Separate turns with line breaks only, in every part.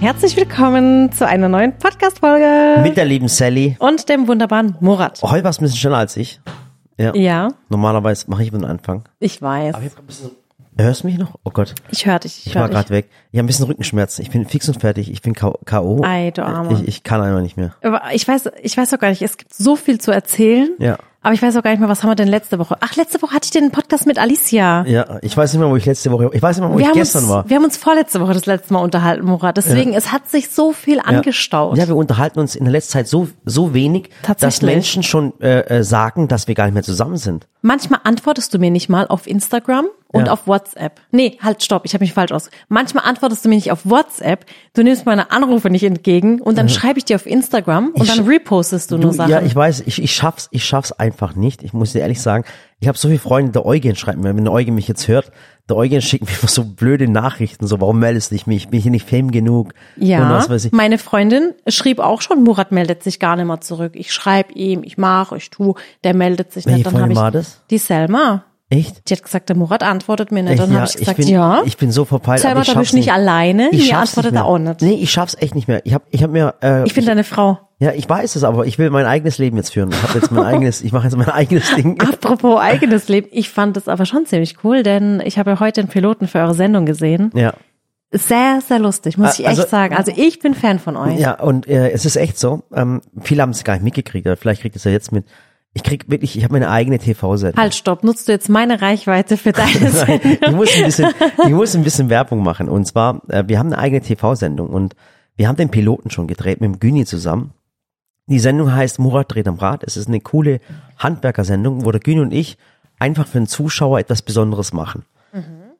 Herzlich willkommen zu einer neuen Podcast-Folge
Mit der lieben Sally.
und dem wunderbaren Murat.
Heute warst du ein bisschen schneller als ich. Ja.
Ja,
Normalerweise mache ich immer den Anfang.
ich weiß.
ich ein bisschen. Hörst du mich noch? Oh Gott,
Ich höre dich.
ich
hör
war
dich.
gerade weg. Ich habe ein bisschen Rückenschmerzen. Ich bin fix und fertig. Ich bin K.O. K.O.
Ei, du Armer.
Ich, ich kann einfach nicht mehr.
Aber ich weiß, ich weiß auch gar nicht, es gibt so viel zu erzählen.
Ja.
Aber ich weiß auch gar nicht mehr, was haben wir denn letzte Woche? Ach, letzte Woche hatte ich den Podcast mit Alicia.
Ja, ich weiß nicht mehr, wo ich letzte Woche, ich weiß nicht mehr, wo
wir
ich
haben
gestern
uns,
war.
Wir haben uns vorletzte Woche das letzte Mal unterhalten, Murat. Deswegen, es hat sich so viel angestaut.
Ja, wir unterhalten uns in der letzten Zeit so, so wenig, dass
Tatsächlich.
Menschen schon äh, äh, sagen, dass wir gar nicht mehr zusammen sind.
Manchmal antwortest du mir nicht mal auf Instagram und
Ja.
auf WhatsApp. Nee, halt, stopp, ich habe mich falsch aus. Manchmal antwortest du mir nicht auf WhatsApp, du nimmst meine Anrufe nicht entgegen und dann schreibe ich dir auf Instagram und
Mhm. Ich-
dann repostest du, nur
Du,
Sachen.
ja, ich weiß, ich, ich schaff's, ich schaff's einfach nicht. Ich muss dir ehrlich sagen, ich habe so viele Freunde, der Eugen schreibt mir, wenn der Eugen mich jetzt hört, der Eugen schickt mir immer so blöde Nachrichten, so, warum meldest du dich mich? Bin ich hier nicht fame genug? Und
ja
was weiß ich.
meine Freundin schrieb auch schon, Murat meldet sich gar nicht mehr zurück. Ich schreibe ihm, ich mache, ich tu, der meldet sich
Welche
nicht. Dann habe
Freundin war
ich
das?
die Selma.
Echt?
Die hat gesagt, der Murat antwortet mir nicht. Dann
ja,
habe ich gesagt,
bin,
ja.
Ich bin so verpeilt,
Selber,
aber ich
da bist
schaff's
du nicht alleine.
Ich
Mir
schaff's
antwortet
nicht mehr.
er auch nicht.
Nee, ich schaff's echt nicht mehr. Ich hab, ich hab mir, äh,
ich bin deine Frau.
ja, ich weiß es, aber ich will mein eigenes Leben jetzt führen. Ich hab jetzt mein eigenes, ich mache jetzt mein eigenes Ding.
Apropos eigenes Leben, ich fand es aber schon ziemlich cool, denn ich habe ja heute den Piloten für eure Sendung gesehen.
Ja.
Sehr, sehr lustig, muss ich
Also-
echt sagen. Also ich bin Fan von euch.
Ja, und äh, es ist echt so. Ähm, viele haben es gar nicht mitgekriegt, oder vielleicht kriegt es ja jetzt mit. Ich krieg wirklich, ich habe meine eigene TV-Sendung.
Halt, stopp, nutzt du jetzt meine Reichweite für deine Sendung?
Ich muss ein bisschen, ich muss ein bisschen Werbung machen. Und zwar, äh, wir haben eine eigene TV-Sendung und wir haben den Piloten schon gedreht mit dem Güni zusammen. Die Sendung heißt Murat dreht am Rad. Es ist eine coole Handwerkersendung, wo der Güni und ich einfach für den Zuschauer etwas Besonderes machen.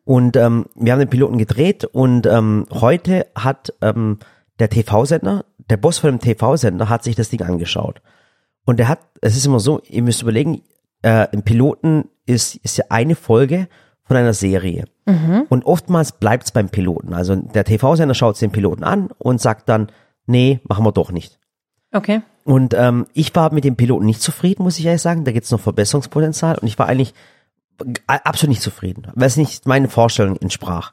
Und ähm, wir haben den Piloten gedreht und ähm, heute hat ähm, der TV-Sender, der Boss von dem TV-Sender hat sich das Ding angeschaut. Und der hat, es ist immer so, ihr müsst überlegen, äh, im Piloten ist, ist ja eine Folge von einer Serie. Und oftmals bleibt es beim Piloten. Also der TV-Sender schaut den Piloten an und sagt dann, nee, machen wir doch nicht.
Okay.
Und ähm, ich war mit dem Piloten nicht zufrieden, muss ich ehrlich sagen. Da gibt's noch Verbesserungspotenzial. Und ich war eigentlich a- absolut nicht zufrieden, weil es nicht meinen Vorstellungen entsprach.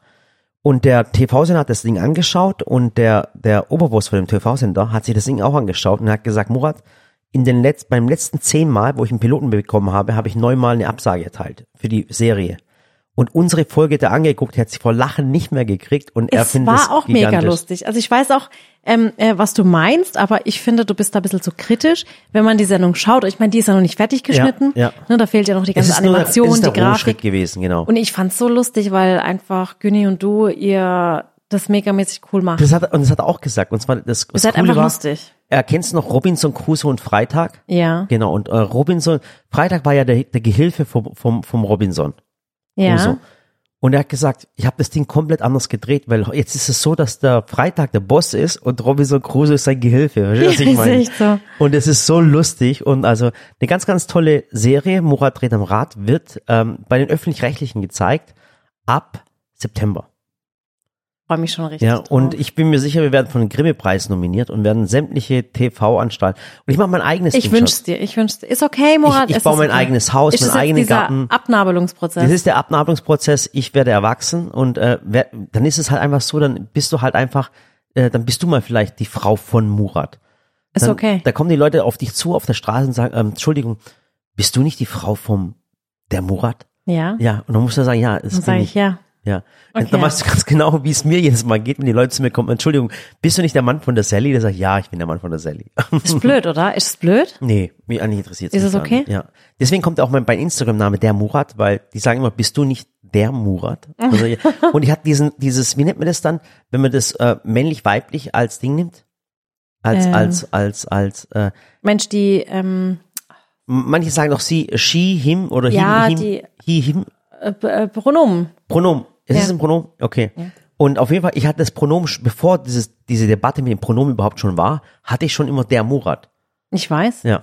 Und der TV-Sender hat das Ding angeschaut und der, der Oberboss von dem TV-Sender hat sich das Ding auch angeschaut und hat gesagt, Murat, in den Letz-, beim letzten zehn Mal, wo ich einen Piloten bekommen habe, habe ich neunmal eine Absage erteilt für die Serie. Und unsere Folge da angeguckt, hat sie vor Lachen nicht mehr gekriegt und er
Es
findet es
war auch mega
gigantisch.
lustig. Also ich weiß auch, ähm, äh, was du meinst, aber ich finde, du bist da ein bisschen zu kritisch, wenn man die Sendung schaut. Ich meine, die ist ja noch nicht fertig geschnitten.
ja.
Ne, da fehlt ja noch die
Es
ganze
ist nur, es
Animation,
ist der
die Grafik.
Rohschritt gewesen, genau.
Und ich fand's so lustig, weil einfach Günni und du ihr das megamäßig cool macht.
Das hat, und das hat er auch gesagt. Und zwar das, das
seid
Coole
einfach
war,
lustig.
Äh, kennst du noch Robinson Crusoe und Freitag?
Ja.
Genau, und äh, Robinson, Freitag war ja der, der Gehilfe vom, vom, vom Robinson.
Ja.
Crusoe. Und er hat gesagt, ich habe das Ding komplett anders gedreht, weil jetzt ist es so, dass der Freitag der Boss ist und Robinson Crusoe ist sein Gehilfe. Verstehst du, was
Ja,
Also ich
ist
meine?
echt so.
Und es ist so lustig und also eine ganz, ganz tolle Serie. Murat dreht am Rad wird ähm, bei den Öffentlich-Rechtlichen gezeigt ab September.
Freue mich schon richtig.
Ja,
drauf.
und ich bin mir sicher, wir werden von den Grimme-Preis nominiert und werden sämtliche TV-Anstalten. Und ich mache mein eigenes
ich
Ding
wünsch's dir, ich wünsch's dir. Ist okay, Murat.
Ich- ich
es
baue
ist
mein
okay.
eigenes Haus,
ist
meinen
das jetzt
eigenen
dieser
Garten.
Abnabelungsprozess.
Das ist der Abnabelungsprozess. Ich werde erwachsen und äh, wer, dann ist es halt einfach so, dann bist du halt einfach, äh, dann bist du mal vielleicht die Frau von Murat.
Ist
Dann,
okay.
Da kommen die Leute auf dich zu auf der Straße und sagen, ähm, Entschuldigung, bist du nicht die Frau vom der Murat?
ja.
Ja, und dann musst du sagen, ja,
Dann
es bin
sage ich
ich.
ja.
Ja.
Okay.
Dann weißt du ganz genau, wie es mir jedes Mal geht, wenn die Leute zu mir kommen, Entschuldigung, bist du nicht der Mann von der Sally? Der sagt, ja, ich bin der Mann von der Sally.
Ist blöd, oder? Ist es blöd?
Nee, mich eigentlich interessiert
Ist
mich
es
gar
okay?
nicht. Ja. Deswegen kommt auch mein, mein Instagram-Name der Murat, weil die sagen immer, bist du nicht der Murat? Also, ja. und ich hatte diesen, dieses, wie nennt man das dann, wenn man das äh, männlich-weiblich als Ding nimmt? Als,
Ähm.
als, als, als, äh,
Mensch, die ähm,
m- manche sagen auch sie, she, him oder him,
Ja,
him,
die-
he, him.
äh, P- äh, Pronomen.
Pronomen. Es
Ja.
ist ein Pronomen? Okay. Und auf jeden Fall, ich hatte das Pronomen, sch- bevor dieses, diese Debatte mit dem Pronomen überhaupt schon war, hatte ich schon immer der Murat.
Ich weiß.
Ja.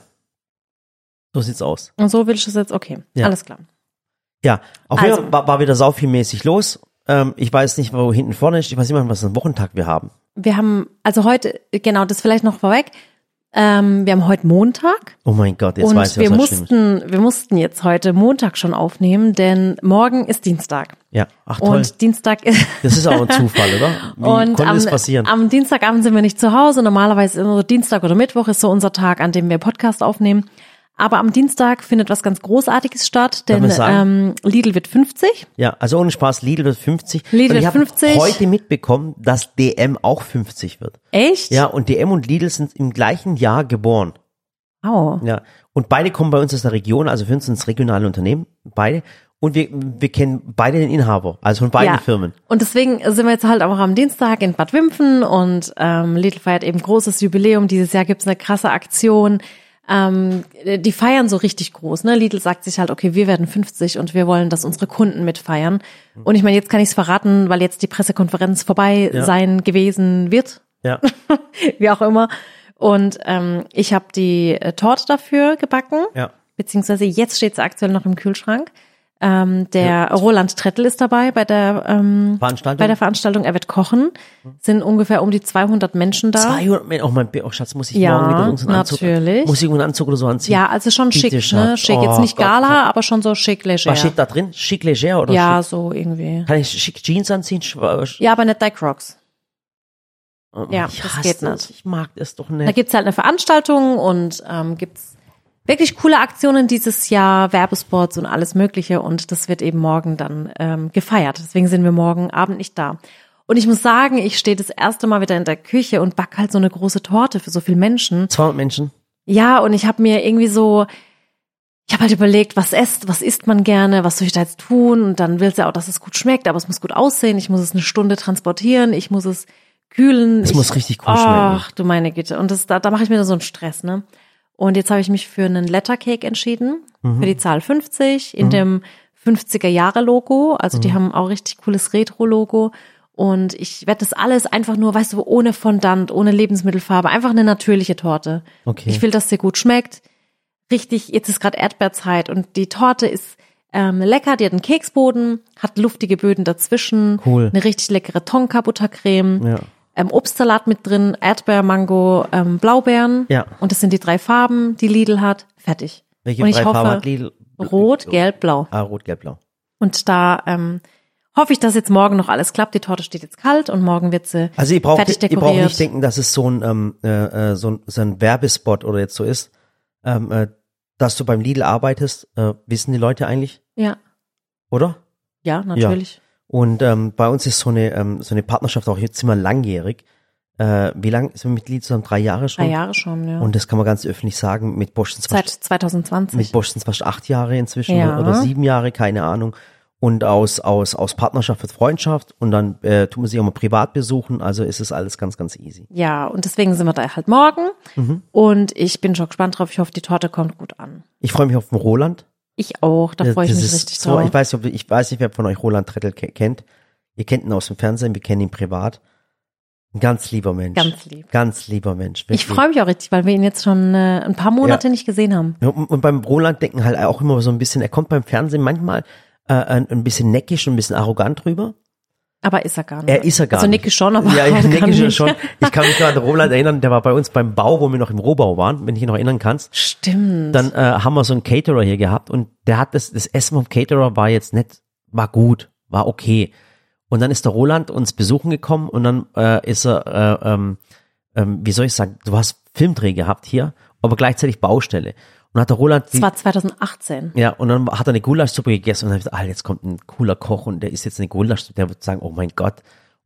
So sieht's aus.
Und so will ich es jetzt. Okay.
Ja.
Alles klar.
Ja, auf jeden
Also-
Fall war, war wieder sauvielmäßig los. Ähm, ich weiß nicht, wo hinten vorne ist. Ich weiß nicht mal, was für einen Wochentag wir haben.
Wir haben, also heute, genau, das vielleicht noch vorweg. Ähm, wir haben heute Montag
Oh mein Gott, jetzt
und
weiß ich,
wir
was heute schlimm ist.
mussten, wir mussten jetzt heute Montag schon aufnehmen, denn morgen ist Dienstag.
Ja, ach toll.
Und Dienstag ist
das ist auch ein Zufall, oder? Wie
und
konnte
am,
das passieren?
am Dienstagabend sind wir nicht zu Hause. Normalerweise ist immer so Dienstag oder Mittwoch ist so unser Tag, an dem wir Podcast aufnehmen. Aber am Dienstag findet was ganz Großartiges statt,
man
denn ähm,
sagen?
Lidl wird 50.
ja, also ohne Spaß, Lidl wird 50.
Lidl
und ich
wird
habe
50.
heute mitbekommen, dass DM auch 50 wird.
Echt?
Ja, und DM und Lidl sind im gleichen Jahr geboren.
Wow.
Ja. Und beide kommen bei uns aus der Region, also für uns sind es regionale Unternehmen, beide. Und wir, wir kennen beide den Inhaber, also von beiden
Ja.
Firmen.
Und deswegen sind wir jetzt halt auch am Dienstag in Bad Wimpfen und ähm, Lidl feiert eben großes Jubiläum. Dieses Jahr gibt's eine krasse Aktion. Ähm, die feiern so richtig groß. Ne? Lidl sagt sich halt, okay, wir werden 50 und wir wollen, dass unsere Kunden mitfeiern. Und ich meine, jetzt kann ich's verraten, weil jetzt die Pressekonferenz vorbei
Ja.
sein gewesen wird,
Ja.
wie auch immer. Und ähm, ich habe die äh, Torte dafür gebacken.
ja.
beziehungsweise jetzt steht sie aktuell noch im Kühlschrank. Ähm, der Roland Trettel ist dabei bei der, ähm,
Veranstaltung?
bei der Veranstaltung. Er wird kochen. Sind ungefähr um die 200 Menschen da.
200 Meter, oh mein Bi- oh Schatz, muss ich
Ja,
morgen wieder irgendeinen Anzug,
natürlich.
muss ich irgendeinen Anzug oder so anziehen?
ja, also schon
Bitte,
schick, ne?
Schatz.
Schick
Oh
jetzt nicht
Gott.
Gala, aber schon so schick leger.
Was steht da drin? Chic leger oder
ja,
schick?
so irgendwie.
Kann ich schick Jeans anziehen? Schwa- äh, sch-
Ja, aber nicht die Crocs.
Oh,
Ja,
ich
das
hasse
geht
das. Ich mag das doch nicht.
Da gibt's halt eine Veranstaltung und ähm, gibt's wirklich coole Aktionen dieses Jahr, Werbespots und alles Mögliche. Und das wird eben morgen dann ähm, gefeiert. Deswegen sind wir morgen Abend nicht da. Und ich muss sagen, ich stehe das erste Mal wieder in der Küche und backe halt so eine große Torte für so viele Menschen.
200 Menschen.
Ja, und ich habe mir irgendwie so, ich habe halt überlegt, was esst, was isst man gerne, was soll ich da jetzt tun? Und dann willst du ja auch, dass es gut schmeckt, aber es muss gut aussehen. Ich muss es eine Stunde transportieren, ich muss es kühlen.
Es
ich,
muss richtig cool schmecken.
Ach, du meine Güte. Und das, da, da mache ich mir dann so einen Stress, ne? Und jetzt habe ich mich für einen Lettercake entschieden,
Mhm.
für die Zahl 50 in dem 50er-Jahre-Logo. Also
Mhm.
die haben auch richtig cooles Retro-Logo. Und ich werde das alles einfach nur, weißt du, ohne Fondant, ohne Lebensmittelfarbe, einfach eine natürliche Torte.
Okay.
Ich will, dass sie gut schmeckt. Richtig, jetzt ist gerade Erdbeerzeit und die Torte ist ähm, lecker, die hat einen Keksboden, hat luftige Böden dazwischen,
Cool.
eine richtig leckere Tonka-Buttercreme,
Ja.
ähm, Obstsalat mit drin, Erdbeer, Mango, ähm, Blaubeeren.
Ja.
Und das sind die drei Farben, die Lidl hat. Fertig.
Welche
und ich
drei
hoffe,
Farben hat Lidl?
Rot, Gelb, Blau.
Ah, rot, gelb, blau.
Und da ähm, hoffe ich, dass jetzt morgen noch alles klappt. Die Torte steht jetzt kalt und morgen wird sie
Also ihr braucht,
fertig
ihr braucht
dekoriert.
nicht denken, dass es so ein, ähm, äh, äh, so, ein, so ein Werbespot oder jetzt so ist, ähm, äh, dass du beim Lidl arbeitest, äh, wissen die Leute eigentlich,
ja,
oder?
ja, natürlich.
Und ähm, bei uns ist so eine, ähm, so eine Partnerschaft auch jetzt immer langjährig. Äh, wie lange sind wir mit Lidl zusammen? Drei Jahre schon?
Drei Jahre schon, ja.
Und das kann man ganz öffentlich sagen, mit Bosch sind es
Seit
fast, mit
2020.
Bosch sind's fast acht Jahre inzwischen
Ja.
oder sieben Jahre, keine Ahnung. Und aus, aus, aus Partnerschaft wird Freundschaft und dann äh, tut man sich auch mal privat besuchen, also ist es alles ganz, ganz easy.
Ja, und deswegen sind wir da halt morgen. Und ich bin schon gespannt drauf. Ich hoffe, die Torte kommt gut an.
Ich freue mich auf den Roland.
Ich auch, da
Äh,
freue ich
das
mich
ist
richtig
so,
drauf.
Ich weiß, nicht, ob, ich weiß nicht, wer von euch Roland Trettel ke- kennt. Ihr kennt ihn aus dem Fernsehen, wir kennen ihn privat. Ein ganz lieber Mensch.
Ganz lieb.
Ganz lieber Mensch.
Ich
wirklich.
freue mich auch richtig, weil wir ihn jetzt schon äh, ein paar Monate nicht gesehen haben.
Ja, Und und beim Roland denken halt auch immer so ein bisschen, er kommt beim Fernsehen manchmal äh, ein, ein bisschen neckisch und ein bisschen arrogant rüber.
Aber ist er gar nicht.
Er ist er gar
also
nicht.
Nicky schon, aber
ja, ja,
aber
neckisch
gar
ist er
nicht.
schon. Ich kann mich gerade an Roland erinnern, der war bei uns beim Bau, wo wir noch im Rohbau waren, wenn ich dich noch erinnern kannst.
Stimmt.
Dann äh, haben wir so einen Caterer hier gehabt und der hat das, das Essen vom Caterer war jetzt nicht, war gut, war okay. Und dann ist der Roland uns besuchen gekommen und dann äh, ist er, äh, ähm, ähm, wie soll ich sagen, du hast Filmdreh gehabt hier, aber gleichzeitig Baustelle. Und hat der Roland die-
das war 2018.
ja, und dann hat er eine Gulaschsuppe gegessen und dann hab ich gesagt, ah, jetzt kommt ein cooler Koch und der isst jetzt eine Gulaschsuppe, der wird sagen, oh mein Gott.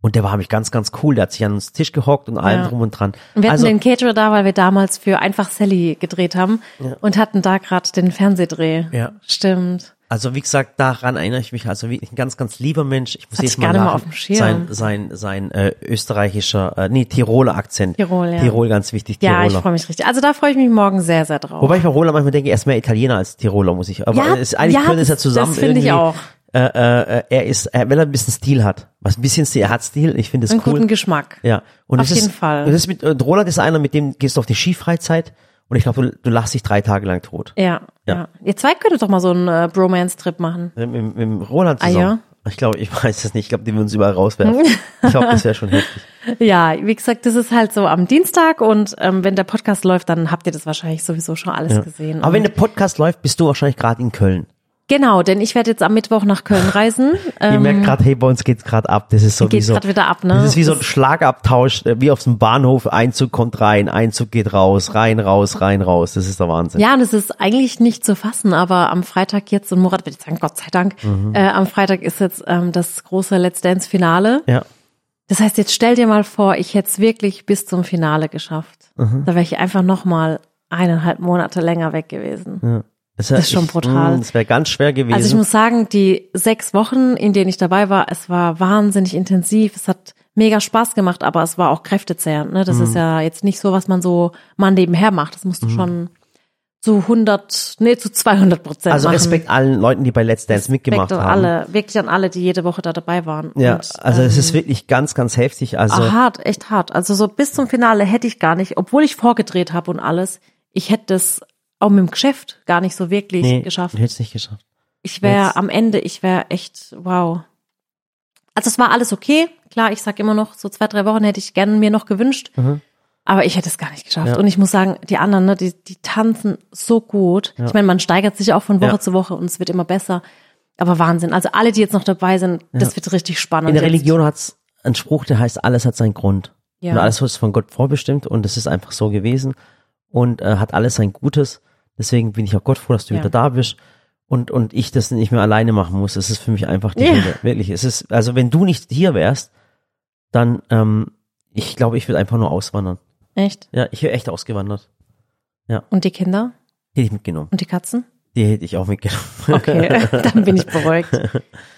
Und der war mich ganz, ganz cool, der hat sich an uns Tisch gehockt und allem
Ja.
drum und dran.
Und wir hatten
also,
den Caterer da, weil wir damals für Einfach Sally gedreht haben und hatten da gerade den Fernsehdreh.
Ja.
Stimmt.
also wie gesagt, daran erinnere ich mich, also wie ein ganz, ganz lieber Mensch. Ich muss
Hatte
jedes
ich gar
Mal
nicht mal
lachen.
auf dem Schirm.
Sein, sein, sein äh, österreichischer, äh, nee, Tiroler Akzent.
Tirol, ja.
Tirol, ganz wichtig,
Ja,
Tiroler.
ich freue mich richtig. Also da freue ich mich morgen sehr, sehr drauf.
Wobei ich bei Roland manchmal denke, er ist mehr Italiener als Tiroler, muss ich. Aber
Ja,
es ist, eigentlich
ja,
können es ja
das-
zusammen
das finde ich
irgendwie,
auch.
Äh, äh, äh, er ist, äh, wenn er ein bisschen Stil hat, was ein bisschen Stil, er hat Stil, ich finde es
Einen
cool.
guten Geschmack.
Ja, und
Auf
das
jeden
ist,
Fall.
Und das ist mit, und Roland ist einer, mit dem gehst du auf die Skifreizeit und ich glaube, du, du lachst dich drei Tage lang tot.
Ja,
Ja.
ja. Ihr zwei könntet doch mal so einen äh, Bromance-Trip machen.
Mit, mit, mit Roland
Ah,
zusammen. Ich glaube, ich weiß es nicht. Ich glaube, die würden uns überall rauswerfen. ich glaube, das wäre schon heftig.
Ja, wie gesagt, das ist halt so am Dienstag und ähm, wenn der Podcast läuft, dann habt ihr das wahrscheinlich sowieso schon alles gesehen.
Aber wenn
und,
der Podcast läuft, bist du wahrscheinlich gerade in Köln.
genau, denn ich werde jetzt am Mittwoch nach Köln reisen.
Ihr
Ähm,
merkt gerade, hey, bei uns geht's gerade ab. Das ist
geht
sowieso.
gerade wieder ab, ne?
Das ist wie so ein Schlagabtausch, äh, wie auf dem Bahnhof. Einzug kommt rein, Einzug geht raus, rein, raus, rein, raus. Das ist der Wahnsinn.
Ja, und es ist eigentlich nicht zu fassen, aber am Freitag jetzt, und Murat wird jetzt sagen, Gott sei Dank, äh, am Freitag ist jetzt ähm, das große Let's Dance Finale.
Ja.
Das heißt, jetzt stell dir mal vor, ich hätte es wirklich bis zum Finale geschafft. Da wäre ich einfach nochmal eineinhalb Monate länger weg gewesen.
wär
Das ist schon
echt,
brutal.
mh, Das wäre ganz schwer gewesen.
Also ich muss sagen, die sechs Wochen, in denen ich dabei war, es war wahnsinnig intensiv. Es hat mega Spaß gemacht, aber es war auch kräftezehrend. Ne? Das
Mhm.
ist ja jetzt nicht so, was man so mal nebenher macht. Das musst du schon zu 100, nee, zu 200 Prozent
also
machen.
Respekt allen Leuten, die bei Let's Dance mitgemacht
Respekt an
haben.
alle, wirklich an alle, die jede Woche da dabei waren.
Ja,
Und,
also
ähm,
es ist wirklich ganz, ganz heftig. Also
ah, hart, echt hart. Also so bis zum Finale hätte ich gar nicht, obwohl ich vorgedreht habe und alles, ich hätte das auch mit dem Geschäft gar nicht so wirklich
nee,
geschafft.
hätt's nicht geschafft.
Ich wäre
Jetzt-
am Ende, ich wäre echt, wow. Also es war alles okay. Klar, ich sag immer noch, so zwei, drei Wochen hätte ich gerne mir noch gewünscht. Aber ich hätte es gar nicht geschafft.
Mhm. Ja.
Und ich muss sagen, die anderen, ne, die, die tanzen so gut. Ich meine, man steigert sich auch von Woche
Ja.
zu Woche und es wird immer besser. Aber Wahnsinn. Also alle, die jetzt noch dabei sind, das wird richtig spannend.
In der
jetzt.
Religion hat's einen Spruch, der heißt, alles hat seinen Grund.
Ja.
Und alles ist von Gott vorbestimmt und es ist einfach so gewesen und äh, hat alles sein Gutes. Deswegen bin ich auch Gott froh, dass du
Ja.
wieder da bist und, und ich das nicht mehr alleine machen muss. Es ist für mich einfach die
Ja.
Hölle. Wirklich. Es ist, also wenn du nicht hier wärst, dann, ähm, ich glaube, ich würde einfach nur auswandern.
Echt?
Ja, ich wäre echt ausgewandert.
Und die Kinder?
Hätte ich mitgenommen.
Und die Katzen?
Die hätte ich auch mitgenommen.
Okay, dann bin ich beruhigt.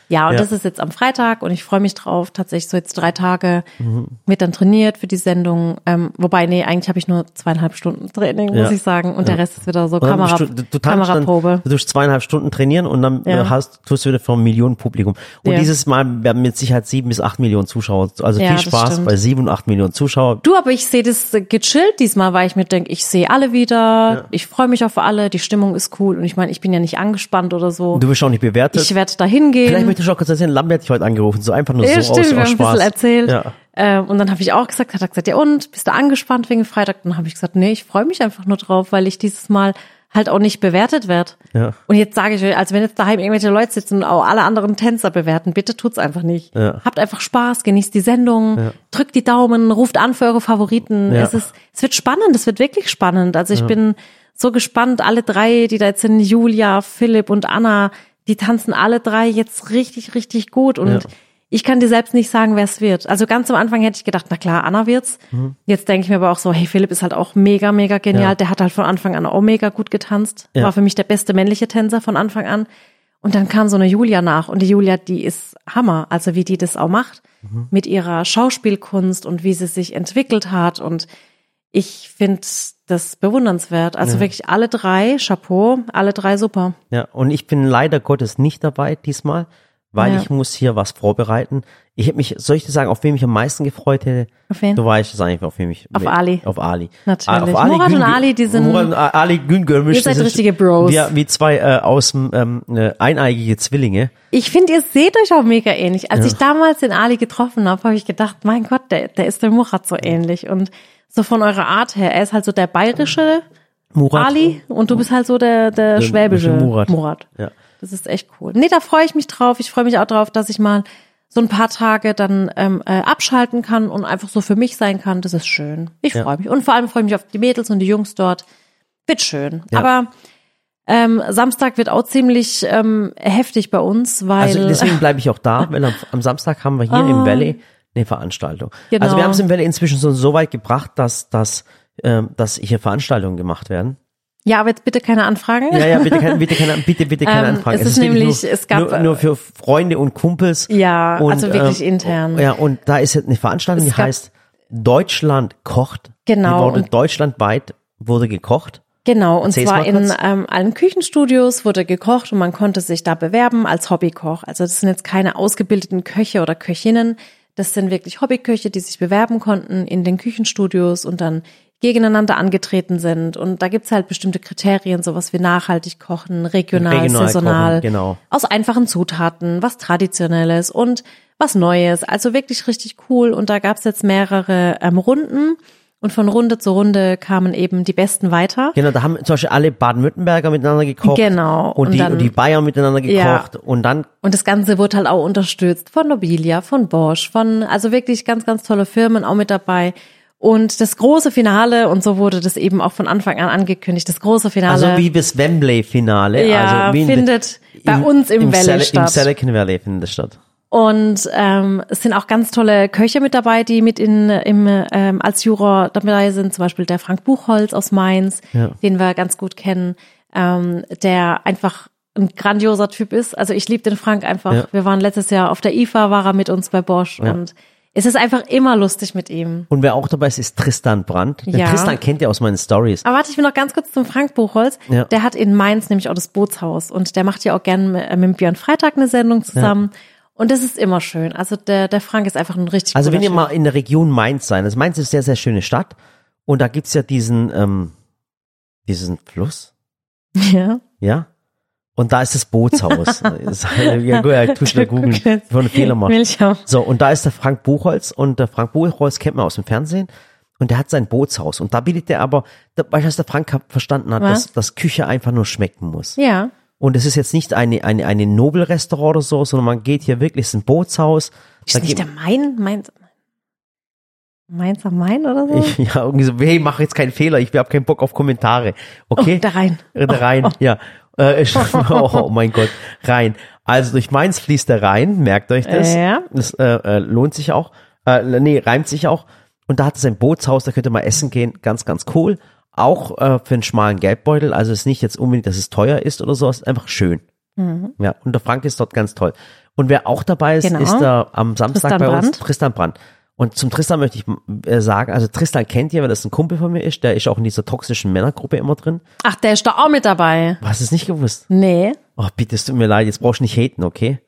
Ja, und
Ja.
das ist jetzt am Freitag und ich freue mich drauf. Tatsächlich so jetzt drei Tage
Mhm.
wird dann trainiert für die Sendung. Ähm, wobei, nee, eigentlich habe ich nur zweieinhalb Stunden Training, muss
Ja.
ich sagen. Und der Rest ist wieder so
Und dann
Kamera,
bist du, du tanzt
Kameraprobe.
Dann, du tust zweieinhalb Stunden trainieren und dann
Ja.
äh, hast, tust du wieder vom Millionenpublikum. Und
Ja.
dieses Mal werden mit Sicherheit sieben bis acht Millionen Zuschauer. Also
Ja,
viel
das
Spaß
stimmt.
bei sieben und acht Millionen Zuschauer.
Du, aber ich sehe das äh, gechillt diesmal, weil ich mir denke, ich sehe alle wieder, ich freue mich auf alle, die Stimmung ist cool und ich meine, ich bin ja nicht angespannt oder so.
Du wirst auch nicht bewertet.
ich werde da hingehen.
Vielleicht möchte ich auch kurz erzählen, Lambert hat dich heute angerufen, so einfach nur
Ja,
so
stimmt, wir
aus, aus
haben ein bisschen
Spaß.
erzählt.
Ja.
Ähm, und dann habe ich auch gesagt, hat er gesagt, ja und, bist du angespannt wegen Freitag? Dann habe ich gesagt, nee, ich freue mich einfach nur drauf, weil ich dieses Mal halt auch nicht bewertet werde.
Ja.
Und jetzt sage ich euch, als wenn jetzt daheim irgendwelche Leute sitzen und auch alle anderen Tänzer bewerten, bitte tut's einfach nicht.
Ja.
Habt einfach Spaß, genießt die Sendung, drückt die Daumen, ruft an für eure Favoriten.
Ja.
Es, ist, es wird spannend, es wird wirklich spannend. Also ich bin so gespannt, alle drei, die da jetzt sind, Julia, Philipp und Anna, die tanzen alle drei jetzt richtig, richtig gut. Und ich kann dir selbst nicht sagen, wer es wird. Also ganz am Anfang hätte ich gedacht, na klar, Anna wird's. Jetzt denke ich mir aber auch so, hey, Philipp ist halt auch mega, mega genial.
Mhm. Ja.
Der hat halt von Anfang an auch mega gut getanzt.
Ja.
War für mich der beste männliche Tänzer von Anfang an. Und dann kam so eine Julia nach. Und die Julia, die ist Hammer. Also wie die das auch macht. Mit ihrer Schauspielkunst und wie sie sich entwickelt hat. Und ich finde das bewundernswert. Also wirklich alle drei, Chapeau, alle drei super.
Ja, und ich bin leider Gottes nicht dabei diesmal, weil
Ja.
ich muss hier was vorbereiten. Ich hätte mich, soll ich dir sagen, auf wen ich am meisten gefreut hätte?
Auf wen?
Du weißt es eigentlich, auf wen ich.
Auf Ali.
Auf Ali.
Natürlich.
Auf
Murat und
Güngör-
Ali, die sind-
Murat und A- Ali Güngör
Ihr seid richtige Bros.
Ja, wie zwei äh, aus dem ähm, äh, eineigige Zwillinge.
Ich finde, ihr seht euch auch mega ähnlich. Als ich damals den Ali getroffen habe, habe ich gedacht, mein Gott, der, der ist dem Murat so ähnlich. Und so von eurer Art her, er ist halt so der bayerische
Murat.
Ali und du bist halt so der, der schwäbische
äh, Murat.
Murat.
Ja.
Das ist echt cool. Nee, da freue ich mich drauf. Ich freue mich auch drauf, dass ich mal so ein paar Tage dann ähm, äh, abschalten kann und einfach so für mich sein kann. Das ist schön. Ich freue mich. Und vor allem freue ich mich auf die Mädels und die Jungs dort. Wird schön.
Ja.
Aber ähm, Samstag wird auch ziemlich ähm, heftig bei uns, weil Ah.
Also deswegen bleibe ich auch da, weil am, am Samstag haben wir hier im Valley eine Veranstaltung.
Genau.
Also wir haben es im Valley inzwischen so, so weit gebracht, dass, dass, ähm, dass hier Veranstaltungen gemacht werden.
ja, aber jetzt bitte keine Anfragen.
Ja, ja, bitte keine, bitte keine, bitte, bitte keine
Ähm,
Anfragen.
es ist
wirklich
nämlich-
nur,
es gab-
nur, nur für Freunde und Kumpels.
Ja, also wirklich
ähm,
intern.
Ja, und da ist jetzt eine Veranstaltung,
Es
die
gab-
heißt Deutschland kocht.
Genau,
Die wurde
und-
deutschlandweit wurde gekocht.
Genau, und
Erzähl's
zwar
mal
in
kurz.
ähm, allen Küchenstudios wurde gekocht und man konnte sich da bewerben als Hobbykoch. Also das sind jetzt keine ausgebildeten Köche oder Köchinnen, das sind wirklich Hobbyköche, die sich bewerben konnten in den Küchenstudios und dann gegeneinander angetreten sind. Und da gibt's halt bestimmte Kriterien, sowas wie nachhaltig kochen, regional,
Regional kochen,
saisonal,
genau.
aus einfachen Zutaten, was Traditionelles und was Neues. Also wirklich richtig cool. Und da gab's jetzt mehrere ähm, Runden. Und von Runde zu Runde kamen eben die Besten weiter.
Genau, da haben zum Beispiel alle Baden-Württemberger miteinander gekocht.
Genau.
Und,
Und
die,
dann-
und die Bayern miteinander gekocht.
Ja.
Und dann,
Und das Ganze wurde halt auch unterstützt von Nobilia, von Bosch, von, also wirklich ganz, ganz tolle Firmen auch mit dabei. Und das große Finale, und so wurde das eben auch von Anfang an angekündigt, das große Finale
also wie das Wembley-Finale.
ja,
also wie in-
findet bei uns im, Valley
Sele- Im
statt.
Silicon Valley findet es statt.
Und ähm, es sind auch ganz tolle Köche mit dabei, die mit in, im, ähm, als Juror dabei sind. Zum Beispiel der Frank Buchholz aus Mainz,
Ja.
den wir ganz gut kennen, ähm, der einfach ein grandioser Typ ist. Also ich liebe den Frank einfach.
Ja.
Wir waren letztes Jahr auf der IFA, war er mit uns bei Bosch und es ist einfach immer lustig mit ihm.
Und wer auch dabei ist, ist Tristan Brandt. Den
Ja.
Tristan kennt ihr aus meinen Stories.
Aber warte, ich will noch ganz kurz zum Frank Buchholz.
Ja.
Der hat in Mainz nämlich auch das Bootshaus und der macht ja auch gerne mit, äh, mit Björn Freitag eine Sendung zusammen. Und das ist immer schön. Also der, der Frank ist einfach ein richtig
Also
cooler
wenn ihr
Typ.
mal in der Region Mainz seid, also Mainz ist eine sehr, sehr schöne Stadt und da gibt's ja diesen, ähm, diesen Fluss,
Ja.
ja? Und da ist das Bootshaus. ja, gut, ja, tu schnell googeln, bevor du einen Fehler machst.
Milchhaus.
So, und da ist der Frank Buchholz und der Frank Buchholz kennt man aus dem Fernsehen und der hat sein Bootshaus und da bietet er aber, da- weißt du, was der Frank hab- verstanden hat,
Was?
dass, dass Küche einfach nur schmecken muss.
Ja.
Und es ist jetzt nicht eine, eine, eine Nobelrestaurant oder so, sondern man geht hier wirklich, es ist ein Bootshaus.
Ist das nicht der Main? Mainz, Mainz am Main oder so?
Ich, ja, irgendwie so, hey, mach jetzt keinen Fehler, ich hab keinen Bock auf Kommentare. Okay?
Oh, da rein.
Äh, der Rhein, ja. Äh, ich- oh, oh mein Gott, Rhein. Also durch Mainz fließt der Rhein, merkt euch das.
Ja.
Das äh, äh, lohnt sich auch. Äh, nee, reimt sich auch. Und da hat es ein Bootshaus, da könnt ihr mal essen gehen. Ganz, ganz cool. Auch äh, für einen schmalen Geldbeutel. Also es ist nicht jetzt unbedingt, dass es teuer ist oder so, es ist einfach schön. Ja, und der Frank ist dort ganz toll. Und wer auch dabei ist,
Mhm. Genau.
ist da am Samstag
Tristan
bei uns
Brandt.
Tristan Brandt. Und zum Tristan möchte ich äh, sagen, also Tristan kennt ihr, weil das ein Kumpel von mir ist, der ist auch in dieser toxischen Männergruppe immer drin.
Ach, der ist da auch mit dabei.
Du hast es nicht gewusst.
Nee.
Oh, bitte, es tut mir leid, jetzt brauchst du nicht haten, okay?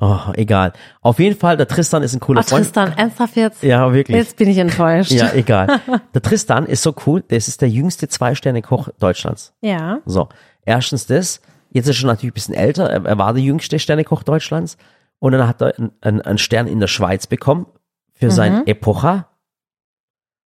Oh. egal. Auf jeden Fall, der Tristan ist ein cooler
Ach,
Freund.
Ah, Tristan, ernsthaft jetzt?
Ja, wirklich.
Jetzt bin ich enttäuscht.
Ja, egal. Der Tristan ist so cool, das ist der jüngste Zwei-Sterne-Koch Deutschlands.
Ja.
So, erstens das, jetzt ist er schon natürlich ein bisschen älter, er, er war der jüngste Sternekoch Deutschlands und dann hat er einen, einen, einen Stern in der Schweiz bekommen für
Mhm.
sein Epocha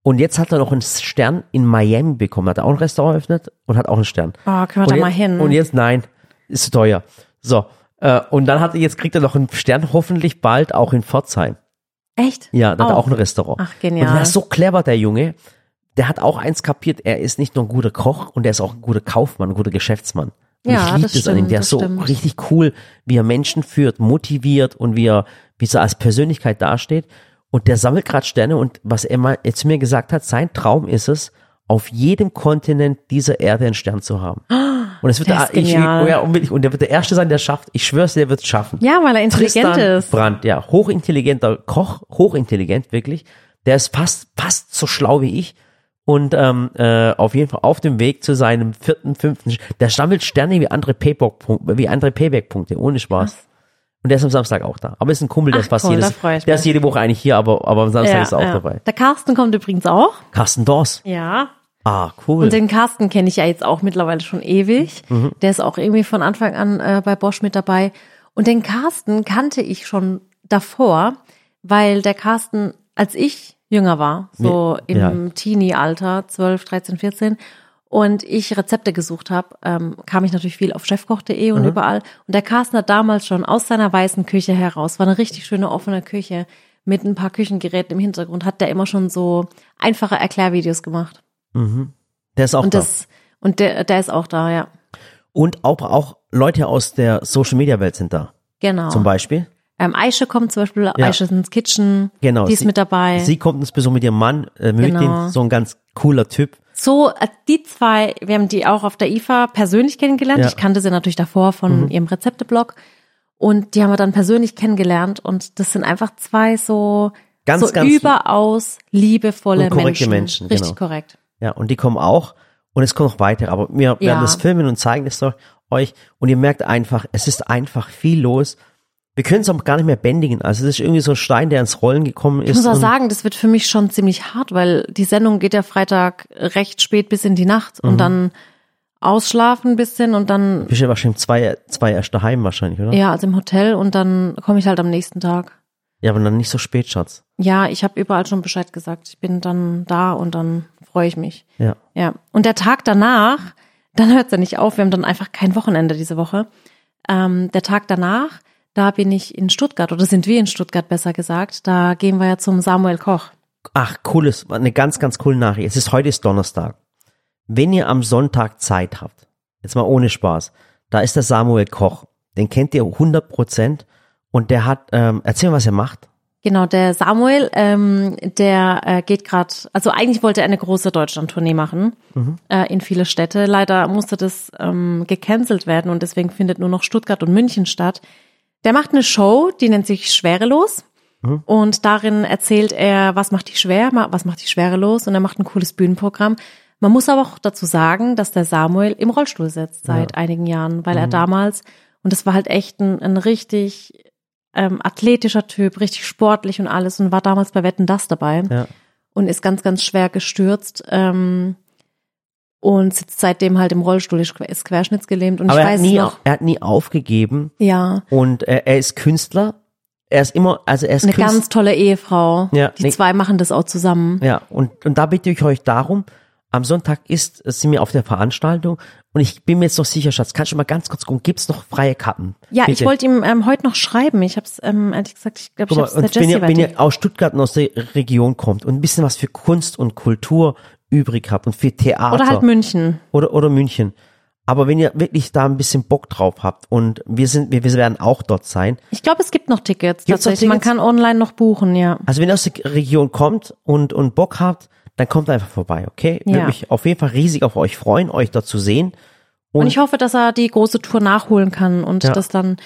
und jetzt hat er noch einen Stern in Miami bekommen, hat er auch ein Restaurant eröffnet und hat auch einen Stern.
Oh, können wir
und
da
jetzt,
mal hin.
Und jetzt, nein, ist zu teuer. So, äh, und dann hat er, jetzt kriegt er noch einen Stern, hoffentlich bald auch in Pforzheim.
Echt?
Ja, da hat er
Auch.
auch ein Restaurant.
Ach, genial.
Und der ist so clever, der Junge. Der hat auch eins kapiert, er ist nicht nur ein guter Koch und er ist auch ein guter Kaufmann, ein guter Geschäftsmann. Und
Ja,
ich liebe
das
das an ihm.
stimmt,
Der
das
ist so
stimmt.
richtig cool, wie er Menschen führt, motiviert und wie er, wie er als Persönlichkeit dasteht. Und der sammelt gerade Sterne und was er mal jetzt mir gesagt hat, sein Traum ist es, auf jedem Kontinent dieser Erde einen Stern zu haben. Und es wird
das
der,
ist
ich,
genial.
oh ja, unbedingt. und der wird der Erste sein, der schafft. Ich schwör's, dir, der wird es schaffen.
Ja, weil er intelligent
Tristan
ist.
Brandt, ja, hochintelligenter Koch, hochintelligent wirklich. Der ist fast, fast so schlau wie ich. Und ähm, äh, auf jeden Fall auf dem Weg zu seinem vierten, fünften. Sch- Der stammelt Sterne wie andere Payback-Punkte, wie andere Payback-Punkte, ohne Spaß. Und der ist am Samstag auch da. Aber ist ein Kumpel, der
Ach,
ist fast
cool, da
jedes,
freu ich
der
mich.
ist jede Woche eigentlich hier, aber, aber am Samstag ist er auch dabei.
Der Carsten kommt übrigens auch.
Carsten Dors.
Ja.
Ah, cool.
Und den Carsten kenne ich ja jetzt auch mittlerweile schon ewig. Der ist auch irgendwie von Anfang an äh, bei Bosch mit dabei. Und den Carsten kannte ich schon davor, weil der Carsten, als ich jünger war, so
Nee,
im
ja.
Teenie-Alter, 12, 13, 14, und ich Rezepte gesucht habe, ähm, kam ich natürlich viel auf chefkoch.de
Mhm.
und überall. Und der Carsten hat damals schon aus seiner weißen Küche heraus, war eine richtig schöne offene Küche mit ein paar Küchengeräten im Hintergrund, hat der immer schon so einfache Erklärvideos gemacht.
der ist auch
Und
da.
das und der, der ist auch da, ja.
Und auch, auch Leute aus der Social Media Welt sind da.
Genau.
Zum Beispiel.
Ähm, Aische kommt zum Beispiel,
Ja.
Aische ins Kitchen.
Genau.
Die ist
sie,
mit dabei.
Sie kommt ins Besuch mit ihrem Mann, äh, Mutin,
Genau.
so ein ganz cooler Typ.
so, äh, die zwei, wir haben die auch auf der IFA persönlich kennengelernt.
Ja. Mhm.
Ich kannte sie natürlich davor von ihrem Rezepteblog. Und die haben wir dann persönlich kennengelernt. Und das sind einfach zwei so,
Ganz,
so
ganz
überaus liebevolle
und korrekte
Menschen.
Menschen,
Richtig
genau.
korrekt.
Ja, und die kommen auch. Und es kommen noch weitere. Aber wir
Ja.
werden das filmen und zeigen es doch euch. Und ihr merkt einfach, es ist einfach viel los. Wir können es auch gar nicht mehr bändigen. Also es ist irgendwie so ein Stein, der ins Rollen gekommen ist.
Ich muss auch
und
sagen, das wird für mich schon ziemlich hart, weil die Sendung geht ja Freitag recht spät bis in die Nacht
Mhm.
und dann ausschlafen ein bisschen und dann
ne? bist ja wahrscheinlich zwei, zwei erst daheim wahrscheinlich, oder?
Ja, also im Hotel und dann komme ich halt am nächsten Tag.
Ja, aber dann nicht so spät, Schatz.
Ja, ich habe überall schon Bescheid gesagt. Ich bin dann da und dann freue ich mich.
Ja.
Ja. Und der Tag danach, dann hört es ja nicht auf, wir haben dann einfach kein Wochenende diese Woche. Ähm, der Tag danach, da bin ich in Stuttgart oder sind wir in Stuttgart besser gesagt. Da gehen wir ja zum Samuel Koch.
Ach, cooles, eine ganz, ganz coole Nachricht. Es ist heute ist Donnerstag. Wenn ihr am Sonntag Zeit habt, jetzt mal ohne Spaß, da ist der Samuel Koch. Den kennt ihr 100 Prozent. Und der hat, ähm, erzähl mal, was er macht.
Genau, der Samuel, ähm, der äh, geht gerade, also eigentlich wollte er eine große Deutschland-Tournee machen äh, in viele Städte. Leider musste das ähm, gecancelt werden und deswegen findet nur noch Stuttgart und München statt. Der macht eine Show, die nennt sich Schwerelos. Und darin erzählt er, was macht dich schwer, ma- was macht dich schwerelos und er macht ein cooles Bühnenprogramm. Man muss aber auch dazu sagen, dass der Samuel im Rollstuhl sitzt seit einigen Jahren, weil er damals, und das war halt echt ein, ein richtig ähm, athletischer Typ, richtig sportlich und alles und war damals bei Wetten das dabei
Ja.
und ist ganz, ganz schwer gestürzt ähm, und sitzt seitdem halt im Rollstuhl, ist quer- ist querschnittsgelähmt und
Aber
ich
er hat,
weiß
nie,
noch,
er hat nie aufgegeben.
ja,
Und äh, er ist Künstler. Er ist immer, also er ist
eine
Künstler.
ganz tolle Ehefrau.
Ja,
die
nee.
zwei machen das auch zusammen.
Ja, und, und da bitte ich euch darum, am Sonntag ist, sind wir auf der Veranstaltung und ich bin mir jetzt noch sicher, Schatz, kannst du mal ganz kurz gucken, gibt's noch freie Karten?
Ja,
bitte.
ich wollte ihm ähm, heute noch schreiben. Ich habe es, ähm, ehrlich gesagt, ich glaube,
Guck
ich
mal,
habe es
und
der
wenn
Jessie
ihr, wenn
weitergegeben.
ihr aus Stuttgart und aus der Region kommt und ein bisschen was für Kunst und Kultur übrig habt und für Theater
Oder halt München.
oder, oder München. Aber wenn ihr wirklich da ein bisschen Bock drauf habt und wir sind, wir, wir werden auch dort sein.
Ich glaube, es gibt noch Tickets
Gibt's noch
tatsächlich. Man kann
Tickets?
online noch buchen, ja.
Also wenn ihr aus der Region kommt und, und Bock habt, dann kommt einfach vorbei, okay?
Ja.
Würde mich auf jeden Fall riesig auf euch freuen, euch dort zu sehen.
Und ich hoffe, dass er die große Tour nachholen kann und
Ja.
das dann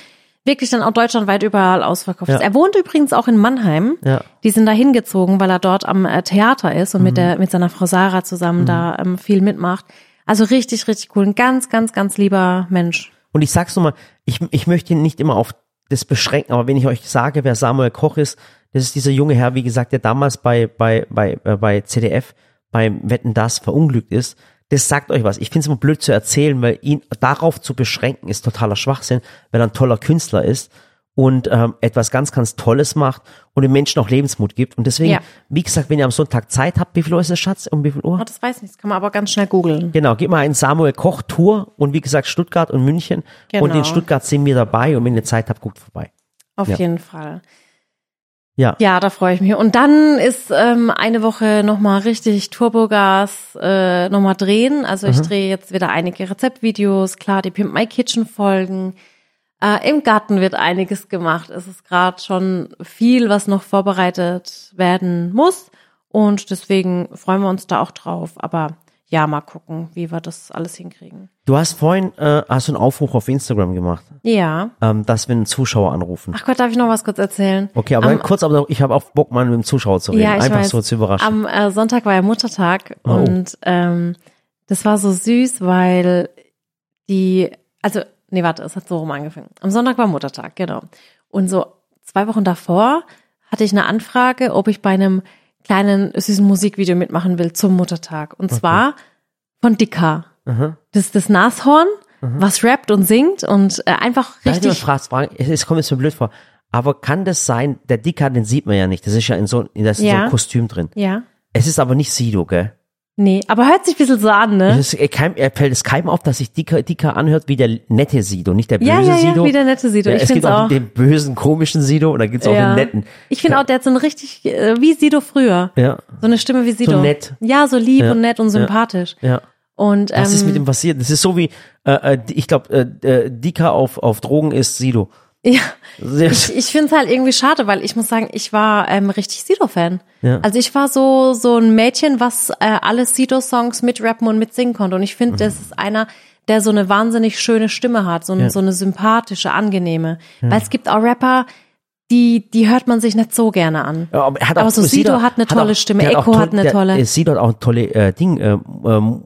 wirklich dann auch deutschlandweit überall ausverkauft
Ja.
ist. Er wohnt übrigens auch in Mannheim.
Ja. Mhm.
Die sind da hingezogen, weil er dort am äh, Theater ist und mit der mit seiner Frau Sarah zusammen da ähm, viel mitmacht. Also richtig, richtig cool. Ein ganz, ganz, ganz lieber Mensch.
Und ich sag's nochmal, ich, ich möchte ihn nicht immer auf das beschränken, aber wenn ich euch sage, wer Samuel Koch ist, das ist dieser junge Herr, wie gesagt, der damals bei, bei, bei, äh, bei CDF beim Wetten das verunglückt ist. Das sagt euch was. Ich finde es immer blöd zu erzählen, weil ihn darauf zu beschränken ist totaler Schwachsinn, weil er ein toller Künstler ist und ähm, etwas ganz, ganz Tolles macht und den Menschen auch Lebensmut gibt. Und deswegen,
Ja.
wie gesagt, wenn ihr am Sonntag Zeit habt, wie viel Uhr ist es, Schatz? Um wie viel Uhr?
Oh, das weiß ich nicht. Das kann man aber ganz schnell googeln.
Genau, geht mal in Samuel Koch Tour und wie gesagt Stuttgart und München.
Genau.
Und in Stuttgart sind wir dabei und wenn ihr Zeit habt, guckt vorbei.
Auf
Ja.
jeden Fall.
Ja.
Ja, da freue ich mich. Und dann ist ähm, eine Woche nochmal richtig Turbogas, äh, nochmal drehen. Also
Mhm.
ich drehe jetzt wieder einige Rezeptvideos, klar, die Pimp My Kitchen folgen. Äh, Im Garten wird einiges gemacht. Es ist gerade schon viel, was noch vorbereitet werden muss. Und deswegen freuen wir uns da auch drauf. Aber ja, mal gucken, wie wir das alles hinkriegen.
Du hast vorhin äh, hast du einen Aufruf auf Instagram gemacht,
Ja.
ähm, dass wir einen Zuschauer anrufen.
Ach Gott, darf ich noch was kurz erzählen?
Okay, aber kurz, aber ich habe auch Bock, mal mit dem Zuschauer zu reden.
Ja, ich
Einfach
weiß.
so zu überraschen.
Am äh, Sonntag war ja Muttertag
Oh.
und ähm, das war so süß, weil die, also, nee, warte, es hat so rum angefangen. Am Sonntag war Muttertag, genau. Und so zwei Wochen davor hatte ich eine Anfrage, ob ich bei einem kleinen süßen Musikvideo mitmachen will zum Muttertag. Und zwar von Dicker.
Aha.
Das ist das Nashorn, was rappt und singt und äh, einfach
Darf ich mal
richtig.
fragst, fragen, es, es kommt jetzt mir blöd vor. Aber kann das sein, der Dicker, den sieht man ja nicht. Das ist ja in so, in- das ist so
Ja.
ein Kostüm drin.
Ja.
Es ist aber nicht Sido, gell?
Nee, aber hört sich ein bisschen so an, ne?
Es ist, äh, kein, er fällt es keinem auf, dass sich Dicker, Dicker anhört wie der nette Sido, nicht der böse
Ja, ja, ja,
Sido.
wie der nette Sido.
Ja,
Also ich
es
finde
gibt auch,
auch
den bösen, komischen Sido und dann gibt's auch
Ja.
den netten.
Ich finde auch, der hat so ein richtig, äh, wie Sido früher.
Ja,
So eine Stimme wie Sido.
nett.
Ja, so lieb und nett und sympathisch.
ja.
Und ähm,
Was ist mit dem passiert? Das ist so wie, äh, äh, ich glaube, äh, äh, Dika auf, auf Drogen ist Sido.
ja,
Sehr-
ich, ich finde es halt irgendwie schade, weil ich muss sagen, ich war ähm, richtig Sido-Fan.
Ja.
Also ich war so so ein Mädchen, was äh, alle Sido-Songs mitrappen und mitsingen konnte. Und ich
Mhm.
finde, das ist einer, der so eine wahnsinnig schöne Stimme hat, so, ein- so eine sympathische, angenehme. Weil es gibt auch Rapper, die die hört man sich nicht so gerne an.
Ja, aber er hat
Aber
auch,
so Sido hat eine tolle
auch-
Stimme,
der
Echo
auch
hat eine
der-
tolle.
äh, Sido hat auch tolle äh, Ding, äh, äh,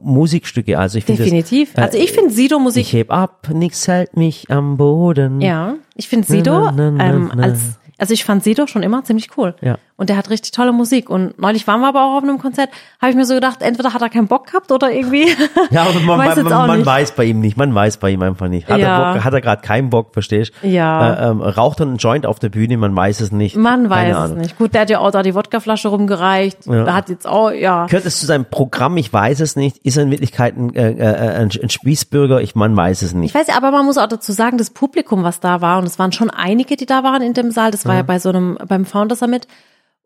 Musikstücke. Also ich finde das- Äh,
Definitiv. Also ich finde Sido-Musik
Ich heb ab, nix hält mich am Boden.
Ja, ich finde Sido
Na, na, na,
ähm,
na.
als also ich fand Sido schon immer ziemlich cool.
Ja.
Und der hat richtig tolle Musik. Und neulich waren wir aber auch auf einem Konzert, habe ich mir so gedacht, entweder hat er keinen Bock gehabt oder irgendwie.
Ja, aber man,
Weiß
weiß,
jetzt
man,
auch
man,
nicht.
weiß bei ihm nicht. Man weiß bei ihm einfach nicht. Hat
Ja.
er, Bock, hat er gerade keinen Bock, verstehst
Ja.
Äh, ähm, raucht er einen Joint auf der Bühne, man weiß es nicht.
Man weiß
Keine Ahnung.
es nicht. Gut, der hat ja auch da die Wodkaflasche rumgereicht.
Ja.
Da hat jetzt auch, ja.
Gehört es zu seinem Programm? Ich weiß es nicht. Ist er in Wirklichkeit ein, äh, äh, ein, ein Spießbürger? Ich, man weiß es
Ich
nicht.
weiß ja, aber man muss auch dazu sagen, das Publikum, was da war, und es waren schon einige, die da waren in dem Saal, das war ja, bei so einem, beim Founder Summit.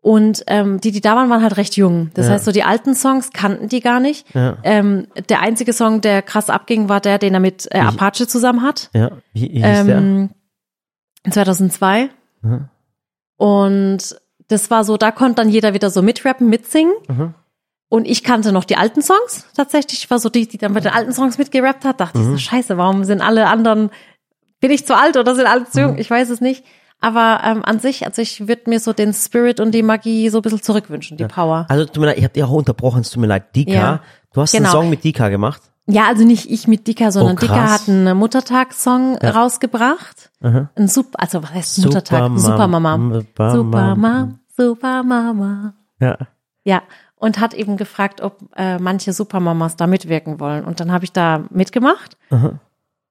Und ähm, die, die da waren, waren halt recht jung. Das heißt, so die alten Songs kannten die gar nicht. Ähm, der einzige Song, der krass abging, war der, den er mit äh, Apache zusammen hat,
Ja, wie wie hieß der?
ähm, 2002. Und das war so, da konnte dann jeder wieder so mitrappen, mitsingen. Und ich kannte noch die alten Songs tatsächlich. Ich war so die, die dann mit den alten Songs mitgerappt hat. Dachte ich so, scheiße, warum sind alle anderen, bin ich zu alt oder sind alle zu jung? Ich weiß es nicht. Aber ähm, an sich, also ich würde mir so den Spirit und die Magie so ein bisschen zurückwünschen, die Power.
Also, tut mir leid, ich habe dich auch unterbrochen, es tut mir leid. Dika,
Ja.
du hast
Genau.
einen Song mit Dika gemacht.
Ja, also nicht ich mit Dicker, sondern
Oh,
Dicker
krass.
hat einen äh, Muttertagssong äh, rausgebracht. Ein Sup also was heißt Muttertag?
Supermam-
Supermama.
Supermam-
Supermama. Supermama.
Ja.
Ja, und hat eben gefragt, ob äh, manche Supermamas da mitwirken wollen. Und dann habe ich da mitgemacht.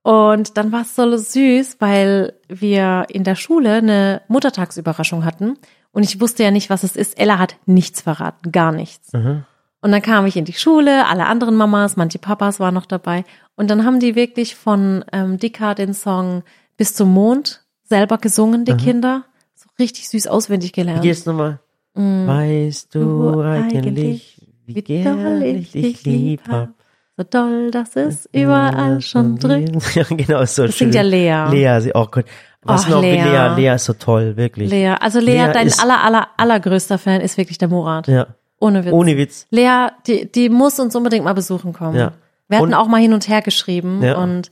Und dann war es so süß, weil wir in der Schule eine Muttertagsüberraschung hatten. Und ich wusste ja nicht, was es ist. Ella hat nichts verraten, gar nichts. Und dann kam ich in die Schule, alle anderen Mamas, manche Papas waren noch dabei. Und dann haben die wirklich von ähm, Dika den Song Bis zum Mond selber gesungen, die Kinder. So richtig süß auswendig gelernt.
Hier ist nochmal. Weißt du
Mm. Du
eigentlich, wie gern ich dich lieb hab?
So toll, dass es überall schon drin.
Ja, genau, ist so
Das singt ja Lea.
Lea, sie, oh Gott. Was
Ach,
noch mit
Lea.
Lea? Lea ist so toll, wirklich.
Lea, also Lea,
Lea
dein
ist-
aller, aller, allergrößter Fan ist wirklich der Murat.
Ja.
Ohne Witz.
Ohne Witz.
Lea, die, die muss uns unbedingt mal besuchen kommen.
Ja.
Wir hatten
Und-
auch mal hin und her geschrieben
Ja.
und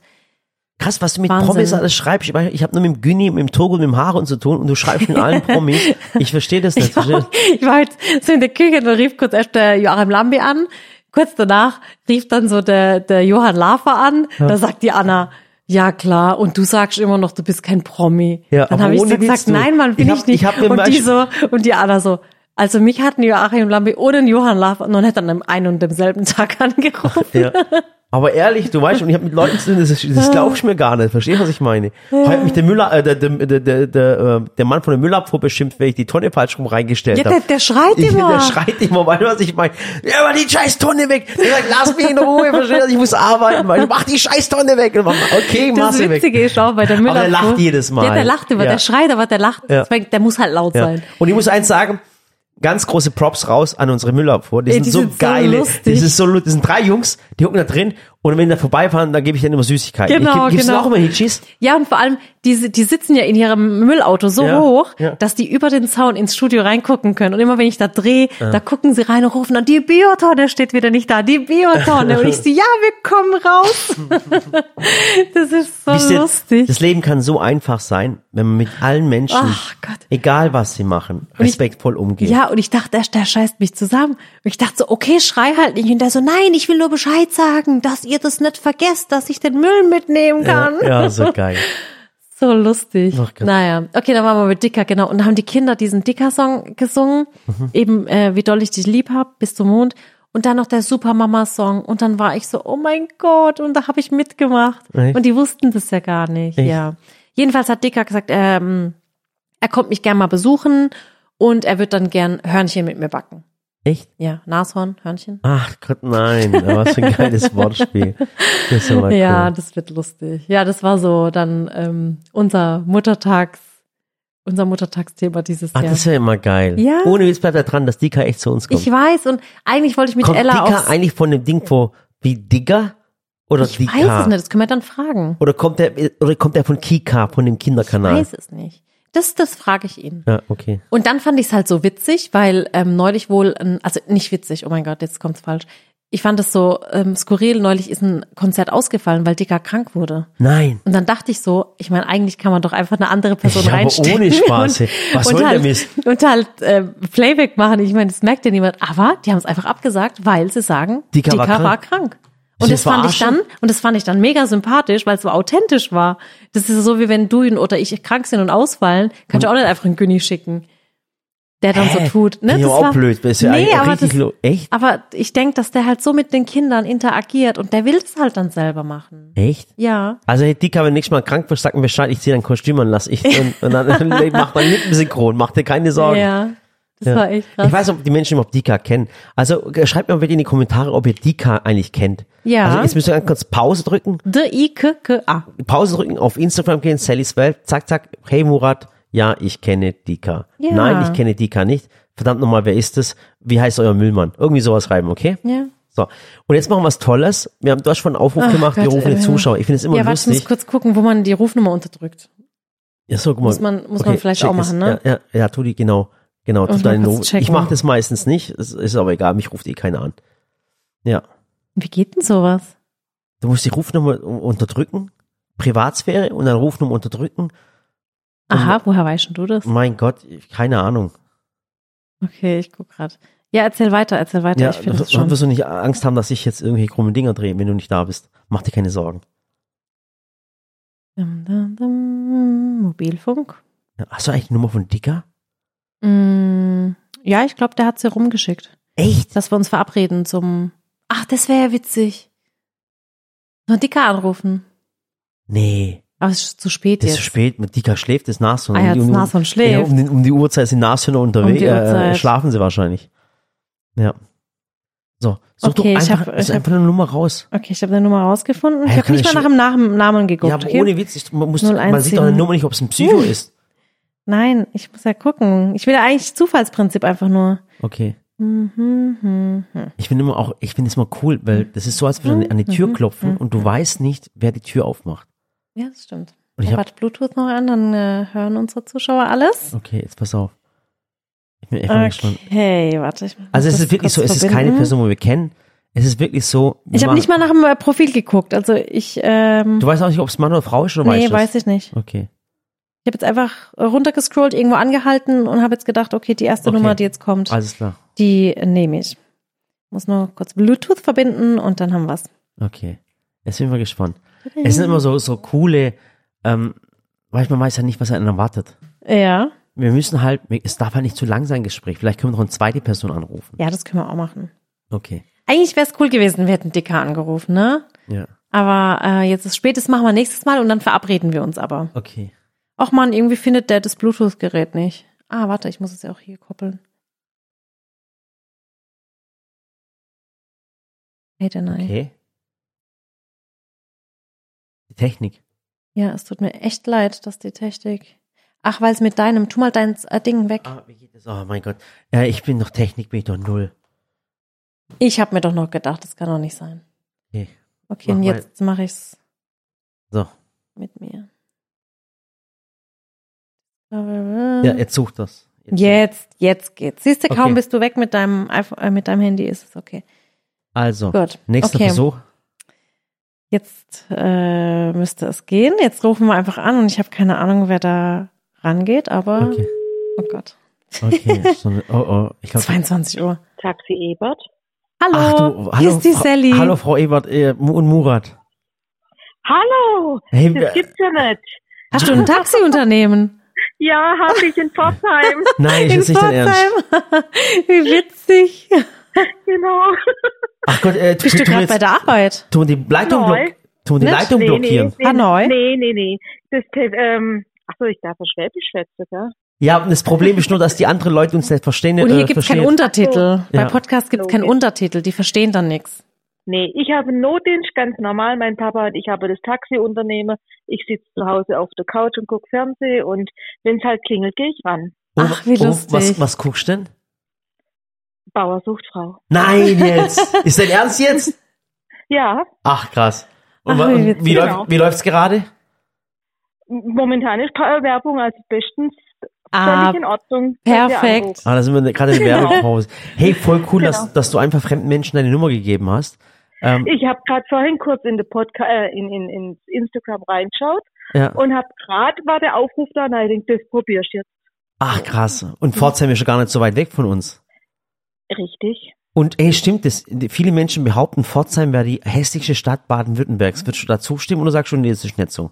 Krass, was du mit
Wahnsinn.
Promis alles schreibst. Ich, meine, ich habe nur mit dem Günni, mit dem Togo, mit dem Haaren zu tun und du schreibst mit allen Promis. Ich verstehe das nicht.
ich war, ich war jetzt so in der Küche, da rief kurz erst der Joachim Lambi an. Kurz danach rief dann so der, der Johann Lafer an. Da sagt die Anna, ja klar, und du sagst immer noch, du bist kein Promi.
Ja,
dann
aber
habe ich so
ohne Witz,
gesagt,
du.
nein, Mann, bin
Ich
ich,
hab-
nicht.
ich hab mir
und
mal-
die so, und die Anna so, also mich hatten Joachim Lambi ohne den Johann Lafer, und hätte an einem einen und demselben Tag angerufen.
Ja. Aber ehrlich, du weißt schon, ich habe mit Leuten zu tun, das, ist- das glaubst du mir gar nicht. Verstehst du, was ich meine? Heute mich der Müller, äh, der, der, der, der, der, äh, der Mann von der Müllabfuhr beschimpft, weil ich die Tonne falsch rum reingestellt
Ja,
habe.
der, der schreit immer.
Der schreit immer, weißt du, was ich meine? Ja, mach die scheiß Tonne weg. Der sagt, lass mich in Ruhe, verstehst du, ich muss arbeiten, weil mach die scheiß Tonne weg. Und dann, Okay, mach
das
sie weg.
Witzige ist auch bei der Müller.
der lacht jedes Mal.
Ja, der lacht immer,
Ja.
der schreit, aber der lacht.
Ja.
Deswegen, Der muss halt laut
Ja.
sein.
Und ich muss eins sagen, ganz große Props raus an unsere Müllabfuhr. Die,
Ey,
sind,
die
so
sind so
geile.
lustig.
Das ist so lu- das sind drei Jungs, die hocken da drin und wenn die da vorbeifahren, dann gebe ich denen immer Süßigkeiten.
Genau,
ich, geb- gibst
genau.
du auch immer Hitchis?
Ja, und vor allem, die, die sitzen ja in ihrem Müllauto so
Ja,
hoch,
ja.
dass die über den Zaun ins Studio reingucken können. Und immer wenn ich da drehe, da gucken sie rein und rufen dann, die Biotonne steht wieder nicht da, die Biotonne. und ich so, ja, wir kommen raus. das ist so
Wisst ihr,
lustig.
Das Leben kann so einfach sein, wenn man mit allen Menschen,
Ach Gott.
egal was sie machen, respektvoll umgeht.
Ja, und ich dachte erst, der scheißt mich zusammen. Und ich dachte so, okay, schrei halt nicht. Und der so, nein, ich will nur Bescheid sagen, dass ihr das nicht vergesst, dass ich den Müll mitnehmen kann.
ja, so geil.
So lustig.
Ach Gott.
naja, okay, dann waren wir mit Dicker, genau. Und dann haben die Kinder diesen Dicker-Song gesungen,
Mhm.
eben äh, Wie doll ich dich lieb hab, bis zum Mond. Und dann noch der Supermama-Song. Und dann war ich so, oh mein Gott, und da habe ich mitgemacht.
Echt?
Und die wussten das ja gar nicht.
Echt?
Ja. Jedenfalls hat Dicker gesagt, ähm, er kommt mich gern mal besuchen und er wird dann gern Hörnchen mit mir backen.
Echt?
Ja, Nashorn, Hörnchen.
Ach Gott, nein. Was für ein geiles Wortspiel. Das ist aber cool.
Ja, das wird lustig. Ja, das war so dann ähm, unser Muttertags, unser Muttertagsthema dieses
Ach,
Jahr.
das wäre immer geil.
Ja.
Ohne Witz bleibt da dran, dass Dika echt zu uns kommt.
Ich weiß und eigentlich wollte ich mit
Kommt
Ella
Dicker
aufs...
eigentlich von dem Ding vor wie Digger oder
Ich
Dika?
weiß es nicht, das können wir dann fragen.
Oder kommt der oder kommt der von Kika von dem
Ich
Kinderkanal?
weiß es nicht. Das, das frage ich ihn.
Ja, okay.
Und dann fand ich es halt so witzig, weil ähm, neulich wohl, ein, also nicht witzig, oh mein Gott, jetzt kommt's falsch. Ich fand es so ähm, skurril, neulich ist ein Konzert ausgefallen, weil Dicker krank wurde.
Nein.
Und dann dachte ich so, ich meine, eigentlich kann man doch einfach eine andere Person
Ja, aber
reinstecken.
ohne Spaß,
Und,
ey. Was
und
soll der
halt,
Mist?
Und halt äh, Playback machen. Ich meine, das merkt ja niemand. Aber die haben es einfach abgesagt, weil sie sagen,
Dicker war krank.
Und
Sie
das fand ich
verarschen?
dann, und das fand ich dann mega sympathisch, weil es so authentisch war. Das ist so, wie wenn du ihn oder ich krank sind und ausfallen, kannst du auch nicht einfach einen Günni schicken. der dann so
Hä?
tut. Ne?
Find ich
Das
aber auch
war,
blöd. Das ist ja
nee,
eigentlich
aber,
richtig
das,
lo- echt?
aber ich denke, dass der halt so mit den Kindern interagiert und der will es halt dann selber machen.
Echt?
Ja.
Also hey, Dick, wenn nächstes Mal krank wirst, sag mir Bescheid, ich zieh dein Kostüm an, lass ich. Und, und dann mach mal mit synchron, mach dir keine Sorgen.
Ja. Das war echt krass.
Ich weiß, ob die Menschen überhaupt Dika kennen. Also äh, schreibt mir mal bitte in die Kommentare, ob ihr Dika eigentlich kennt.
Ja.
Also jetzt müsst ihr ganz kurz Pause drücken.
De I K K A.
Pause drücken, auf Instagram gehen, Sallys Welt, zack, zack. Hey Murat, ja, ich kenne Dika.
Ja.
Nein, ich kenne Dika nicht. Verdammt nochmal, wer ist es? Wie heißt euer Müllmann? Irgendwie sowas schreiben, okay?
Ja.
So. Und jetzt machen wir was Tolles. Wir haben, du hast schon einen Aufruf
Ach
gemacht, wir
Gott,
rufen die
äh,
Zuschauer. Ich finde es immer
ja, warte, ich muss
lustig.
kurz gucken, wo man die Rufnummer unterdrückt.
Ja, so, guck mal.
Muss man- muss man vielleicht
check
auch
es.
machen, ne?
Ja, ja, ja tu die, genau. Genau, tu
Muss man
deine
kurz
Novi-
checken.
Ich mache das meistens nicht, es ist aber egal, mich ruft eh keiner an. Ja.
Wie geht denn sowas?
Du musst die Rufnummer u- um unterdrücken, Privatsphäre und dann Rufnummer unterdrücken. Also-
Aha, woher weißt denn du das?
Mein Gott, ich- keine Ahnung.
Okay, ich guck grad. Ja, erzähl weiter, erzähl weiter.
Ja,
ich finde das
dann
schon.
wirst du nicht Angst haben, dass ich jetzt irgendwie krumme Dinger drehe, wenn du nicht da bist. Mach dir keine Sorgen.
Dum, dum, dum, Mobilfunk.
Ja, Hast du eigentlich die Nummer von Dicker?
Mm, ja, ich glaube, der hat sie rumgeschickt,
Echt?
dass wir uns verabreden zum. Ach, das wäre ja witzig. Nur Dicker anrufen.
Nee.
Aber es ist zu spät
Das ist
jetzt.
zu spät. Mit Dicker schläft, ist Nashorn.
Ah ja, das Nashorn
Ja,
schläft. Um
um, den- um die Uhrzeit sind Nashörner unterwegs,
die
äh,
Uhrzeit.
schlafen sie wahrscheinlich. Ja. So, such
Okay,
doch
ich
einfach,
hab-
ist
ich hab-
einfach eine Nummer raus.
Okay, ich habe deine Nummer rausgefunden.
Ja,
ich habe
kann
nicht
ich
mal nach dem Namen, Namen geguckt.
ja, aber
okay?
ohne Witz, ich, man, muss,
017.
man sieht doch eine Nummer nicht, ob es ein Psycho ist.
Nein, ich muss ja gucken. Ich will ja eigentlich Zufallsprinzip einfach nur.
Okay.
Mhm, mhm, mhm.
Ich finde immer auch, ich finde es immer cool, weil das ist so, als würde an die Tür
Mhm.
klopfen und du weißt nicht, wer die Tür aufmacht.
Ja, das stimmt.
Und ich
Ja,
hab-
warte, Bluetooth noch an, dann äh, hören unsere Zuschauer alles.
Okay, jetzt pass auf. Ich bin echt mal gespannt.
Okay, warte. Ich muss
Also es
Äh, das
ist wirklich
kurz
so, es ist
verbinden.
keine Person, die wir kennen. Es ist wirklich so. wir
Ich habe
machen-
nicht mal nach dem äh, Profil geguckt. Also ich, ähm,
Du weißt auch nicht, ob es Mann oder Frau ist, oder
nee,
weißt du das?
weiß ich nicht.
Okay.
Ich habe jetzt einfach äh, runtergescrollt, irgendwo angehalten und habe jetzt gedacht, okay, die erste
Okay. Also-
Nummer, die jetzt kommt,
Alles klar.
die äh, nehme ich. Muss nur kurz Bluetooth verbinden und dann haben wir's.
Okay. Jetzt bin ich mal gespannt. Es sind immer so, so coole, ähm, weil man weiß ja nicht, was einen erwartet.
Ja,
Wir müssen halt, es darf halt nicht zu lang sein, Gespräch. Vielleicht können wir noch eine zweite Person anrufen.
ja, das können wir auch machen.
Okay.
Eigentlich wäre es cool gewesen, wir hätten Dicker angerufen, ne?
Ja.
Aber äh, jetzt ist spät, das machen wir nächstes Mal und dann verabreden wir uns aber.
Okay.
Och man, irgendwie findet der das Bluetooth-Gerät nicht. Ah, warte, ich muss es ja auch hier koppeln. Hey, der nein.
Okay. Die Technik.
Ja, es tut mir echt leid, dass die Technik. Ach, weil es mit deinem, tu mal dein äh, Ding weg.
Ah, wie geht das? Oh mein Gott. Ja, ich bin doch Technik, bin ich doch null.
Ich habe mir doch noch gedacht, das kann doch nicht sein.
Okay.
Okay,
Mach
und
mal.
jetzt mache ich's
So.
mit mir.
Ja,
Mhm.
jetzt such das. Jetzt.
Jetzt, jetzt geht's. Siehst du, kaum
Okay.
bist du weg mit deinem, iPhone- äh, mit deinem Handy, ist es okay.
Also,
Gut.
nächster
okay.
Versuch.
Jetzt äh, müsste es gehen. Jetzt rufen wir einfach an und ich habe keine Ahnung, wer da rangeht, aber
Okay.
oh Gott.
Okay. So eine, oh, oh. Ich glaub,
22 Uhr.
Taxi Ebert.
Hallo,
Ach du, hallo,
Oh, hier ist die
Frau-
Sally.
Hallo, Frau Ebert äh, und Murat.
Hallo!
Hey,
Das
äh,
gibt's ja nicht.
Hast du ein Taxiunternehmen?
Ja, habe ich in Pforzheim.
nein, ist jetzt nicht dein Ernst.
Wie witzig.
genau.
Ach Gott, äh,
Bist du gerade bei der Arbeit? Ne?
Tun die Leitung,
Neu.
block tun die
Nicht?
Leitung blockieren.
Nee,
Hanoi?
nee, nee, nee. Das, Te- ähm, achso, ich darf ja Schwäbisch schätzen, gell?
Ja, und das Problem ist nur, dass die anderen Leute uns nicht verstehen.
Und
äh,
hier gibt's keinen
verstehen.
Untertitel. Bei
Ja.
Podcast gibt's
So
keinen
geht's.
Untertitel. Die verstehen dann nichts.
Nee, ich habe einen Notdienst, ganz normal. Mein Papa und ich habe das Taxiunternehmen. Ich sitze zu Hause auf der Couch und gucke Fernsehen und wenn's halt klingelt, gehe ich ran.
Ach, wie lustig.
Oh, was, was guckst du denn?
Bauer sucht Frau.
Nein, jetzt. Ist dein Ernst jetzt?
Ja,
Ach, krass. Und,
Ach,
wa-
wie
und
witzig.
wie,
Genau.
läuft, wie läuft's gerade?
momentan ist Pa- Werbung also bestens
Ah,
völlig in Ordnung. dass ihr
perfekt.
anruft.
Ah, da sind wir gerade in der
Genau.
Werbepause. Hey, voll cool, dass,
Genau.
dass du einfach fremden Menschen deine Nummer gegeben hast. Ähm,
Ich habe gerade vorhin kurz in, die Podca äh, in, in, in Instagram reingeschaut
ja.
und habe gerade war der Aufruf da, na, ich denk, das probierst du jetzt
Ach, krass. Und Pforzheim ist ja gar nicht so weit weg von uns.
richtig.
Und hey, stimmt es? Viele Menschen behaupten, Pforzheim wäre die hässlichste Stadt Baden-Württembergs. Würdest du dazu stimmen oder sagst du, nee, das ist nicht so?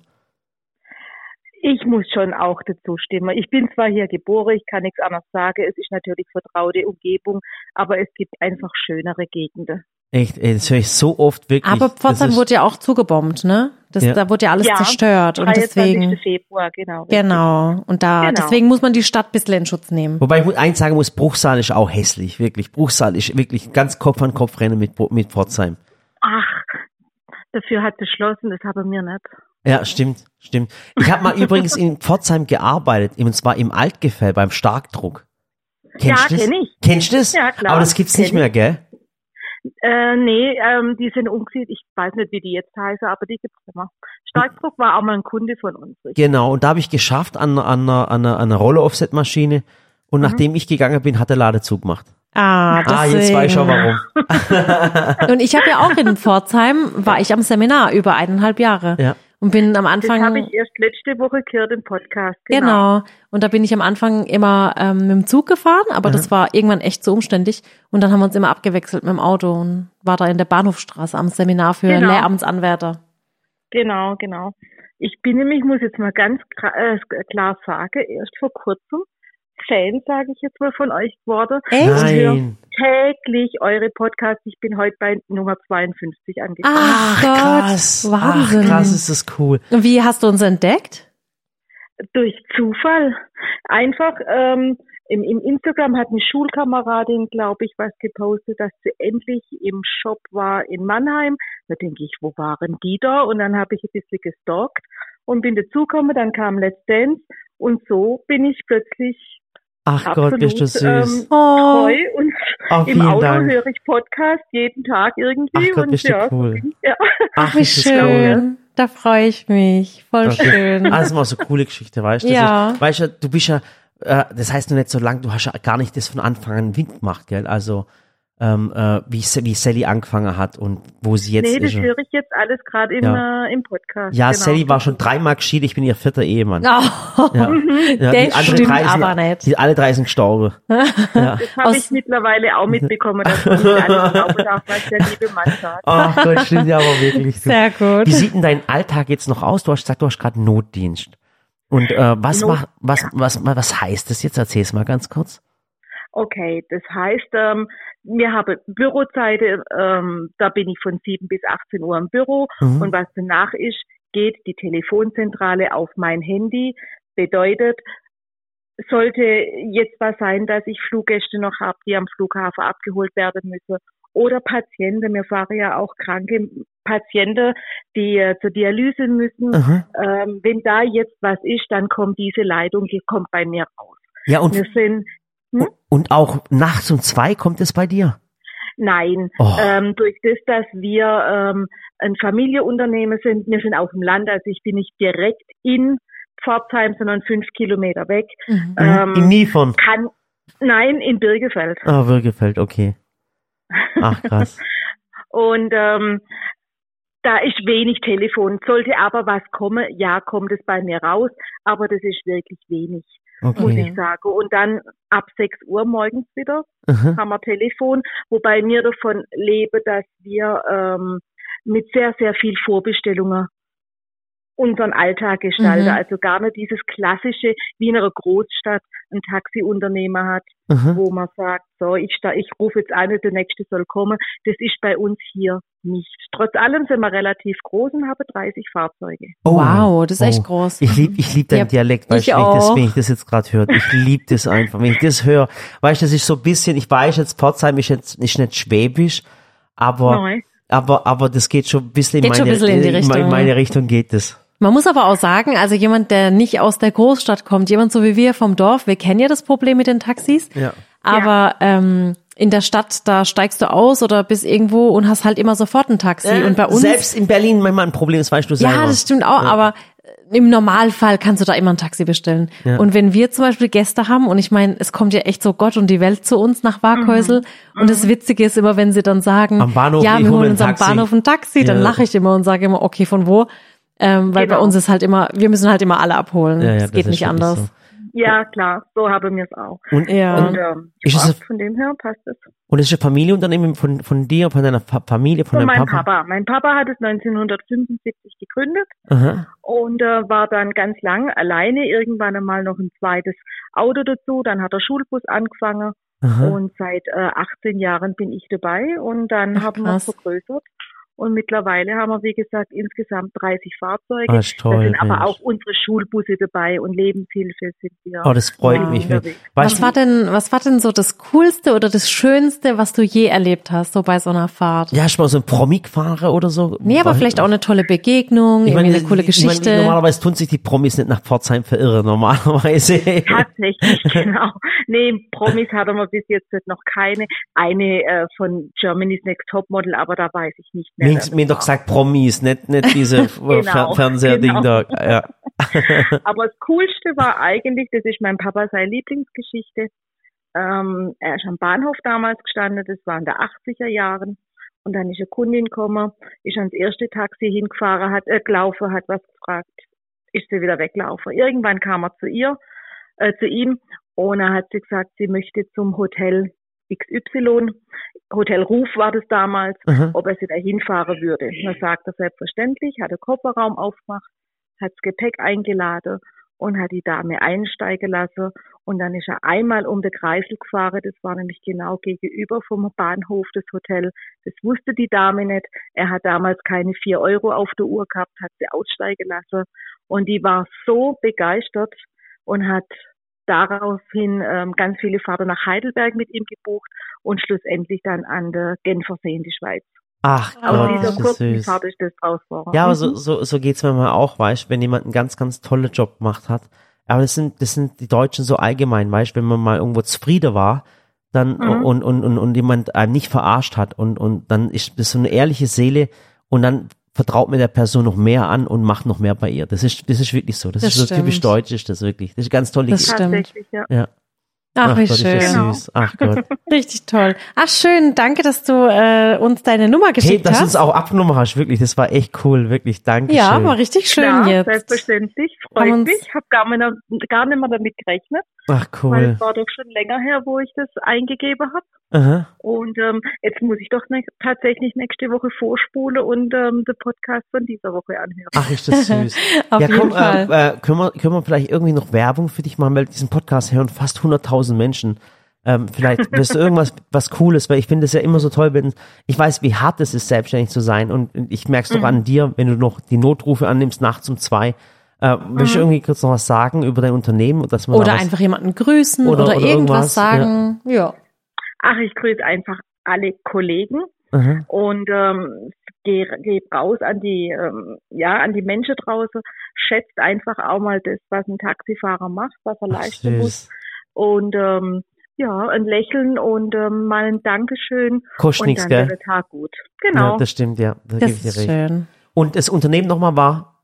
ich muss schon auch dazu stimmen. Ich bin zwar hier geboren, ich kann nichts anderes sagen. Es ist natürlich vertraute Umgebung, aber es gibt einfach schönere Gegenden.
Echt, ey, das höre ich so oft wirklich.
Aber Pforzheim
Das ist-
wurde ja auch zugebombt, ne? Das,
Ja.
Da wurde ja alles
Ja,
zerstört und
23.
deswegen.
Februar, genau. richtig.
Genau. Und da,
Genau.
deswegen muss man die Stadt ein bisschen in Schutz nehmen.
Wobei ich mu- eins sagen muss, Bruchsal ist auch hässlich, wirklich. Bruchsal ist wirklich ganz Kopf an Kopf rennen mit, Bo- mit Pforzheim.
Ach, dafür hat beschlossen, das haben wir nicht.
Ja, stimmt, stimmt. Ich habe mal übrigens in Pforzheim gearbeitet, und zwar im Altgefäll beim Starkdruck. Kennst
Ja,
du das?
kenn ich.
Kennst du das?
Ja, klar.
Aber das gibt's nicht
Kenn ich.
mehr, gell?
Äh, nee, ähm, die sind umgesiedelt. Ich weiß nicht, wie die jetzt heißen, aber die gibt's immer. Starkdruck war auch mal ein Kunde von uns. richtig?
Genau, und da habe ich geschafft an, an, einer- an, einer- an einer Roller-Offset-Maschine.
Mhm.
Und nachdem ich gegangen bin, hat der Lade zugemacht.
Ah, deswegen.
Ah, jetzt weiß ich auch warum.
Und ich habe ja auch in Pforzheim, war ich am Seminar über eineinhalb Jahre.
Ja.
Und bin am
Das habe
Anfang.
ich erst letzte Woche gehört im Podcast.
Genau. Und da bin ich am Anfang immer ähm, mit dem Zug gefahren, aber das war irgendwann echt zu umständlich. Und dann haben wir uns immer abgewechselt mit dem Auto und war da in der Bahnhofstraße am Seminar für
Genau.
Lehramtsanwärter.
Genau, genau. Ich bin nämlich, muss jetzt mal ganz gra- äh, klar sagen, erst vor kurzem Fan, sage ich jetzt mal, von euch geworden.
Echt?
Und höre
Nein.
täglich eure Podcasts. Ich bin heute bei Nummer 52 angekommen.
Ach, Gott,
krass.
Wahnsinn.
Ach, krass ist das cool.
Und Wie hast du uns entdeckt?
Durch Zufall. Einfach ähm, im, im Instagram hat eine Schulkameradin, glaube ich, was gepostet, dass sie endlich im Shop war in Mannheim. Da denke ich, wo waren die da? Und dann habe ich ein bisschen gestalkt und bin dazugekommen. Dann kam Let's Dance und so bin ich plötzlich
Ach Gott,
Absolut,
bist du süß.
ähm,
Oh,
treu und
Oh,
im
vielen
Auto
Dank.
höre ich Podcast jeden Tag irgendwie.
Ach Gott,
und
bist
ja,
du cool.
ja.
Ach,
wie
ist das cool.
schön. Da freue ich mich. Voll
Das ist-
schön.
Ah, Das ist mal so eine coole Geschichte, weißt du? Das
Ja.
Ist, weißt du, du bist ja, äh, das heißt nur nicht so lang, du hast ja gar nicht das von Anfang an Wind gemacht, gell? Also, ähm, äh, wie, Sa- wie Sally angefangen hat und wo sie jetzt
Nee, das
ist.
höre ich jetzt alles gerade im,
Ja.
äh, im Podcast.
ja,
genau.
Sally war schon dreimal geschieden, ich bin ihr vierter Ehemann.
Oh,
Ja. Ja,
das
die anderen
stimmt
drei sind,
aber nicht.
Die alle drei sind gestorben. ja.
Das habe ich
Aus-
mittlerweile auch mitbekommen, dass man nicht alles glauben darf, was der liebe Mann sagt.
Ach Gott, stimmt ja aber wirklich. so.
sehr gut.
Wie sieht denn dein Alltag jetzt noch aus? Du hast gesagt, du hast gerade Notdienst. Und äh, was,
Not-
mach, was, was, was, was heißt das jetzt? Erzähl's mal ganz kurz.
Okay, das heißt, ähm, wir haben Bürozeiten, ähm, da bin ich von 7 bis 18 Uhr im Büro
Mhm.
und was danach ist, geht die Telefonzentrale auf mein Handy. Bedeutet, sollte jetzt was sein, dass ich Fluggäste noch habe, die am Flughafen abgeholt werden müssen oder Patienten, wir fahren ja auch kranke Patienten, die äh, zur Dialyse müssen.
Aha.
ähm, wenn da jetzt was ist, dann kommt diese Leitung, die kommt bei mir raus.
Ja, und,
Wir sind, Hm?
und auch nachts um zwei kommt es bei dir.
nein,
Oh.
ähm, durch das, dass wir ähm, ein Familienunternehmen sind, wir sind auf dem Land, also ich bin nicht direkt in Pforzheim, sondern fünf Kilometer weg,
Mhm.
ähm,
In Niefern.
kann, nein, in Birgefeld.
Ah, Würgefeld, okay. Ach, krass.
Und ähm, da ist wenig Telefon. Sollte aber was kommen, ja, kommt es bei mir raus, aber das ist wirklich wenig, muss
Okay.
Mhm.
ich sagen. Und dann ab 6 Uhr morgens wieder,
Aha.
haben wir Telefon, wobei mir davon lebe, dass wir ähm, mit sehr, sehr viel Vorbestellungen unseren Alltag gestalten.
Mhm.
Also gar nicht dieses klassische, wie in einer Großstadt ein Taxiunternehmer hat,
Aha.
wo man sagt, so, ich, sta- ich rufe jetzt an, der nächste soll kommen. Das ist bei uns hier nicht. Trotz allem sind wir relativ groß und haben 30 Fahrzeuge.
Oh,
wow, das ist echt
oh.
groß.
Ich lieb, ich lieb deinen
Ja,
Dialekt,
ich
weißt du, wenn, ich das-
auch.
wenn ich das jetzt gerade höre. Ich lieb das einfach. Wenn ich das höre, weißt du, das ist so ein bisschen, ich weiß jetzt, Pforzheim ist jetzt ist nicht schwäbisch, aber,
Nein.
aber, aber das geht schon ein bisschen in
Geht
meine,
schon ein bisschen in die
me-
Richtung.
meine Richtung geht das.
Man muss aber auch sagen, also jemand, der nicht aus der Großstadt kommt, jemand so wie wir vom Dorf, wir kennen ja das Problem mit den Taxis,
Ja.
aber ähm, in der Stadt, da steigst du aus oder bist irgendwo und hast halt immer sofort ein Taxi.
Äh,
und bei uns,
Selbst in Berlin manchmal ein Problem, das weißt du selber.
ja, das stimmt auch, aber äh, im Normalfall kannst du da immer ein Taxi bestellen.
Ja.
Und wenn wir zum Beispiel Gäste haben, und ich meine, es kommt ja echt so Gott und die Welt zu uns nach Waghäusel, und das Witzige ist immer, wenn sie dann sagen,
Am Bahnhof,
ja,
ich
wir
hol mir
holen
ein
uns am
Taxi.
Bahnhof ein Taxi, dann
Ja.
lache ich immer und sage immer, okay, von wo? Ähm, weil bei
Genau.
uns ist halt immer, wir müssen halt immer alle abholen.
Ja, ja,
das, geht
ist
nicht
wirklich
anders.
so.
Ja, klar, so habe mir es auch.
Und,
Ja.
Und ähm,
Ist
ja,
es-
von dem her passt es.
und das ist ein Familienunternehmen von, von dir, von deiner Fa- Familie, von
Von
deinem
meinem
Papa.
Papa. Mein Papa hat es 1975 gegründet
Aha.
und äh, war dann ganz lang alleine. Irgendwann einmal noch ein zweites Auto dazu. Dann hat der Schulbus angefangen
Aha.
und seit äh, 18 Jahren bin ich dabei und dann
Ach,
haben wir es
krass.
vergrößert. Und mittlerweile haben wir, wie gesagt, insgesamt 30 Fahrzeuge.
Ah, ist toll,
da sind aber
Mensch.
auch unsere Schulbusse dabei und Lebenshilfe sind wir.
Oh, das freut
Wow.
mich.
Unterwegs.
Was
Weißt,
war denn, was war denn so das Coolste oder das Schönste, was du je erlebt hast, so bei so einer Fahrt?
ja, schon mal so ein Promi-Fahrer oder so?
Nee, aber
Weiß-
vielleicht auch eine tolle Begegnung, irgendwie eine
das-
coole
ich meine,
Geschichte.
normalerweise tun sich die Promis nicht nach Pforzheim verirren, normalerweise.
Tatsächlich, genau. Nee, Promis hatten wir bis jetzt noch keine. Eine äh, von Germany's Next Topmodel, aber da weiß ich nicht mehr.
Mir,
wer das
mir doch
war.
gesagt Promis, nicht, nicht diese Fer Fernsehding
genau.
da. Ja.
Aber das Coolste war eigentlich, das ist mein Papa seine Lieblingsgeschichte. Ähm, er ist am Bahnhof damals gestanden, das war in der 80er Jahren. Und dann ist eine Kundin gekommen, ist ans erste Taxi hingefahren, hat äh, gelaufen, hat was gefragt, ist sie wieder weggelaufen. Irgendwann kam er zu ihr, äh, zu ihm, und er hat sie gesagt, sie möchte zum Hotel XY. Hotel Ruf war das damals
Aha.
ob er sie da hinfahren würde. Dann sagt er selbstverständlich, hat den Kofferraum aufgemacht, hat das Gepäck eingeladen und hat die Dame einsteigen lassen. Und dann ist er einmal um den Kreisel gefahren. Das war nämlich genau gegenüber vom Bahnhof des Hotel. Das wusste die Dame nicht. Er hat damals keine vier Euro auf der Uhr gehabt, hat sie aussteigen lassen. Und die war so begeistert und hat daraufhin ähm, ganz viele Fahrten nach Heidelberg mit ihm gebucht und schlussendlich dann an der Genfersee in die Schweiz.
Ach
Aus
Ah.
Gott,
dieser
ist Oh, das
kurzen
süß.
Fahrt ist das draus geworden.
Ja, aber
Mhm.
so, so, so geht's mir mal auch, weißt wenn jemand einen ganz, ganz tollen Job gemacht hat. Aber das sind, das sind die Deutschen so allgemein, weißt wenn man mal irgendwo zufrieden war, dann
Mhm.
und, und, und, und jemand einem nicht verarscht hat und, und dann ist das so eine ehrliche Seele und dann vertraut mir der Person noch mehr an und macht noch mehr bei ihr. Das ist, das ist wirklich so. Das,
Das
ist so typisch
stimmt.
deutsch, ist das wirklich. Das ist ganz toll.
Das stimmt.
Tatsächlich, ja.
Ja.
Ach, wie
Gott,
schön.
Ist das
Genau.
süß. Ach Gott.
Richtig toll. Ach, schön. Danke, dass du äh, uns deine Nummer
Hey,
geschickt
dass du uns
hast.
auch abgenommen hast, wirklich. Das war echt cool, wirklich. Dankeschön.
Ja, war richtig schön
Klar,
jetzt.
selbstverständlich.
Haben
Freut
uns-
mich. Ich habe gar, meiner- gar nicht mehr damit gerechnet,
Ach
weil
cool.
es war doch schon länger her, wo ich das eingegeben habe.
Aha.
Und ähm, jetzt muss ich doch ne, tatsächlich nächste Woche vorspulen und ähm, den Podcast von dieser Woche anhören.
Ach, ist das süß.
Auf
ja,
jeden
komm,
Fall.
Äh, äh, können, wir, können wir vielleicht irgendwie noch Werbung für dich machen, weil diesen Podcast hören fast 100.000 Menschen. Ähm, vielleicht wirst du irgendwas was Cooles, weil ich finde es ja immer so toll, wenn ich weiß, wie hart es ist, selbstständig zu sein und ich merke es doch
Mhm.
an dir, wenn du noch die Notrufe annimmst nachts um zwei. Äh, willst du irgendwie kurz noch was sagen über dein Unternehmen? und Dass man
Mhm. Oder
da was,
einfach jemanden grüßen
Oder-
oder,
oder
irgendwas
irgendwas,
sagen. Ja.
Ach, ich grüße einfach alle Kollegen
Aha.
und ähm, gehe geh raus an die, ähm, ja, an die Menschen draußen. Schätzt einfach auch mal das, was ein Taxifahrer macht, was er
Ach,
leisten muss.
süß.
und ähm, ja, ein Lächeln und ähm, mal ein Dankeschön
Kostet
und
nichts,
dann wird
gell?
der Tag gut. Genau.
Ja, das stimmt, ja. Da gebe
Das
ich dir
ist
recht.
schön.
Und das Unternehmen nochmal war?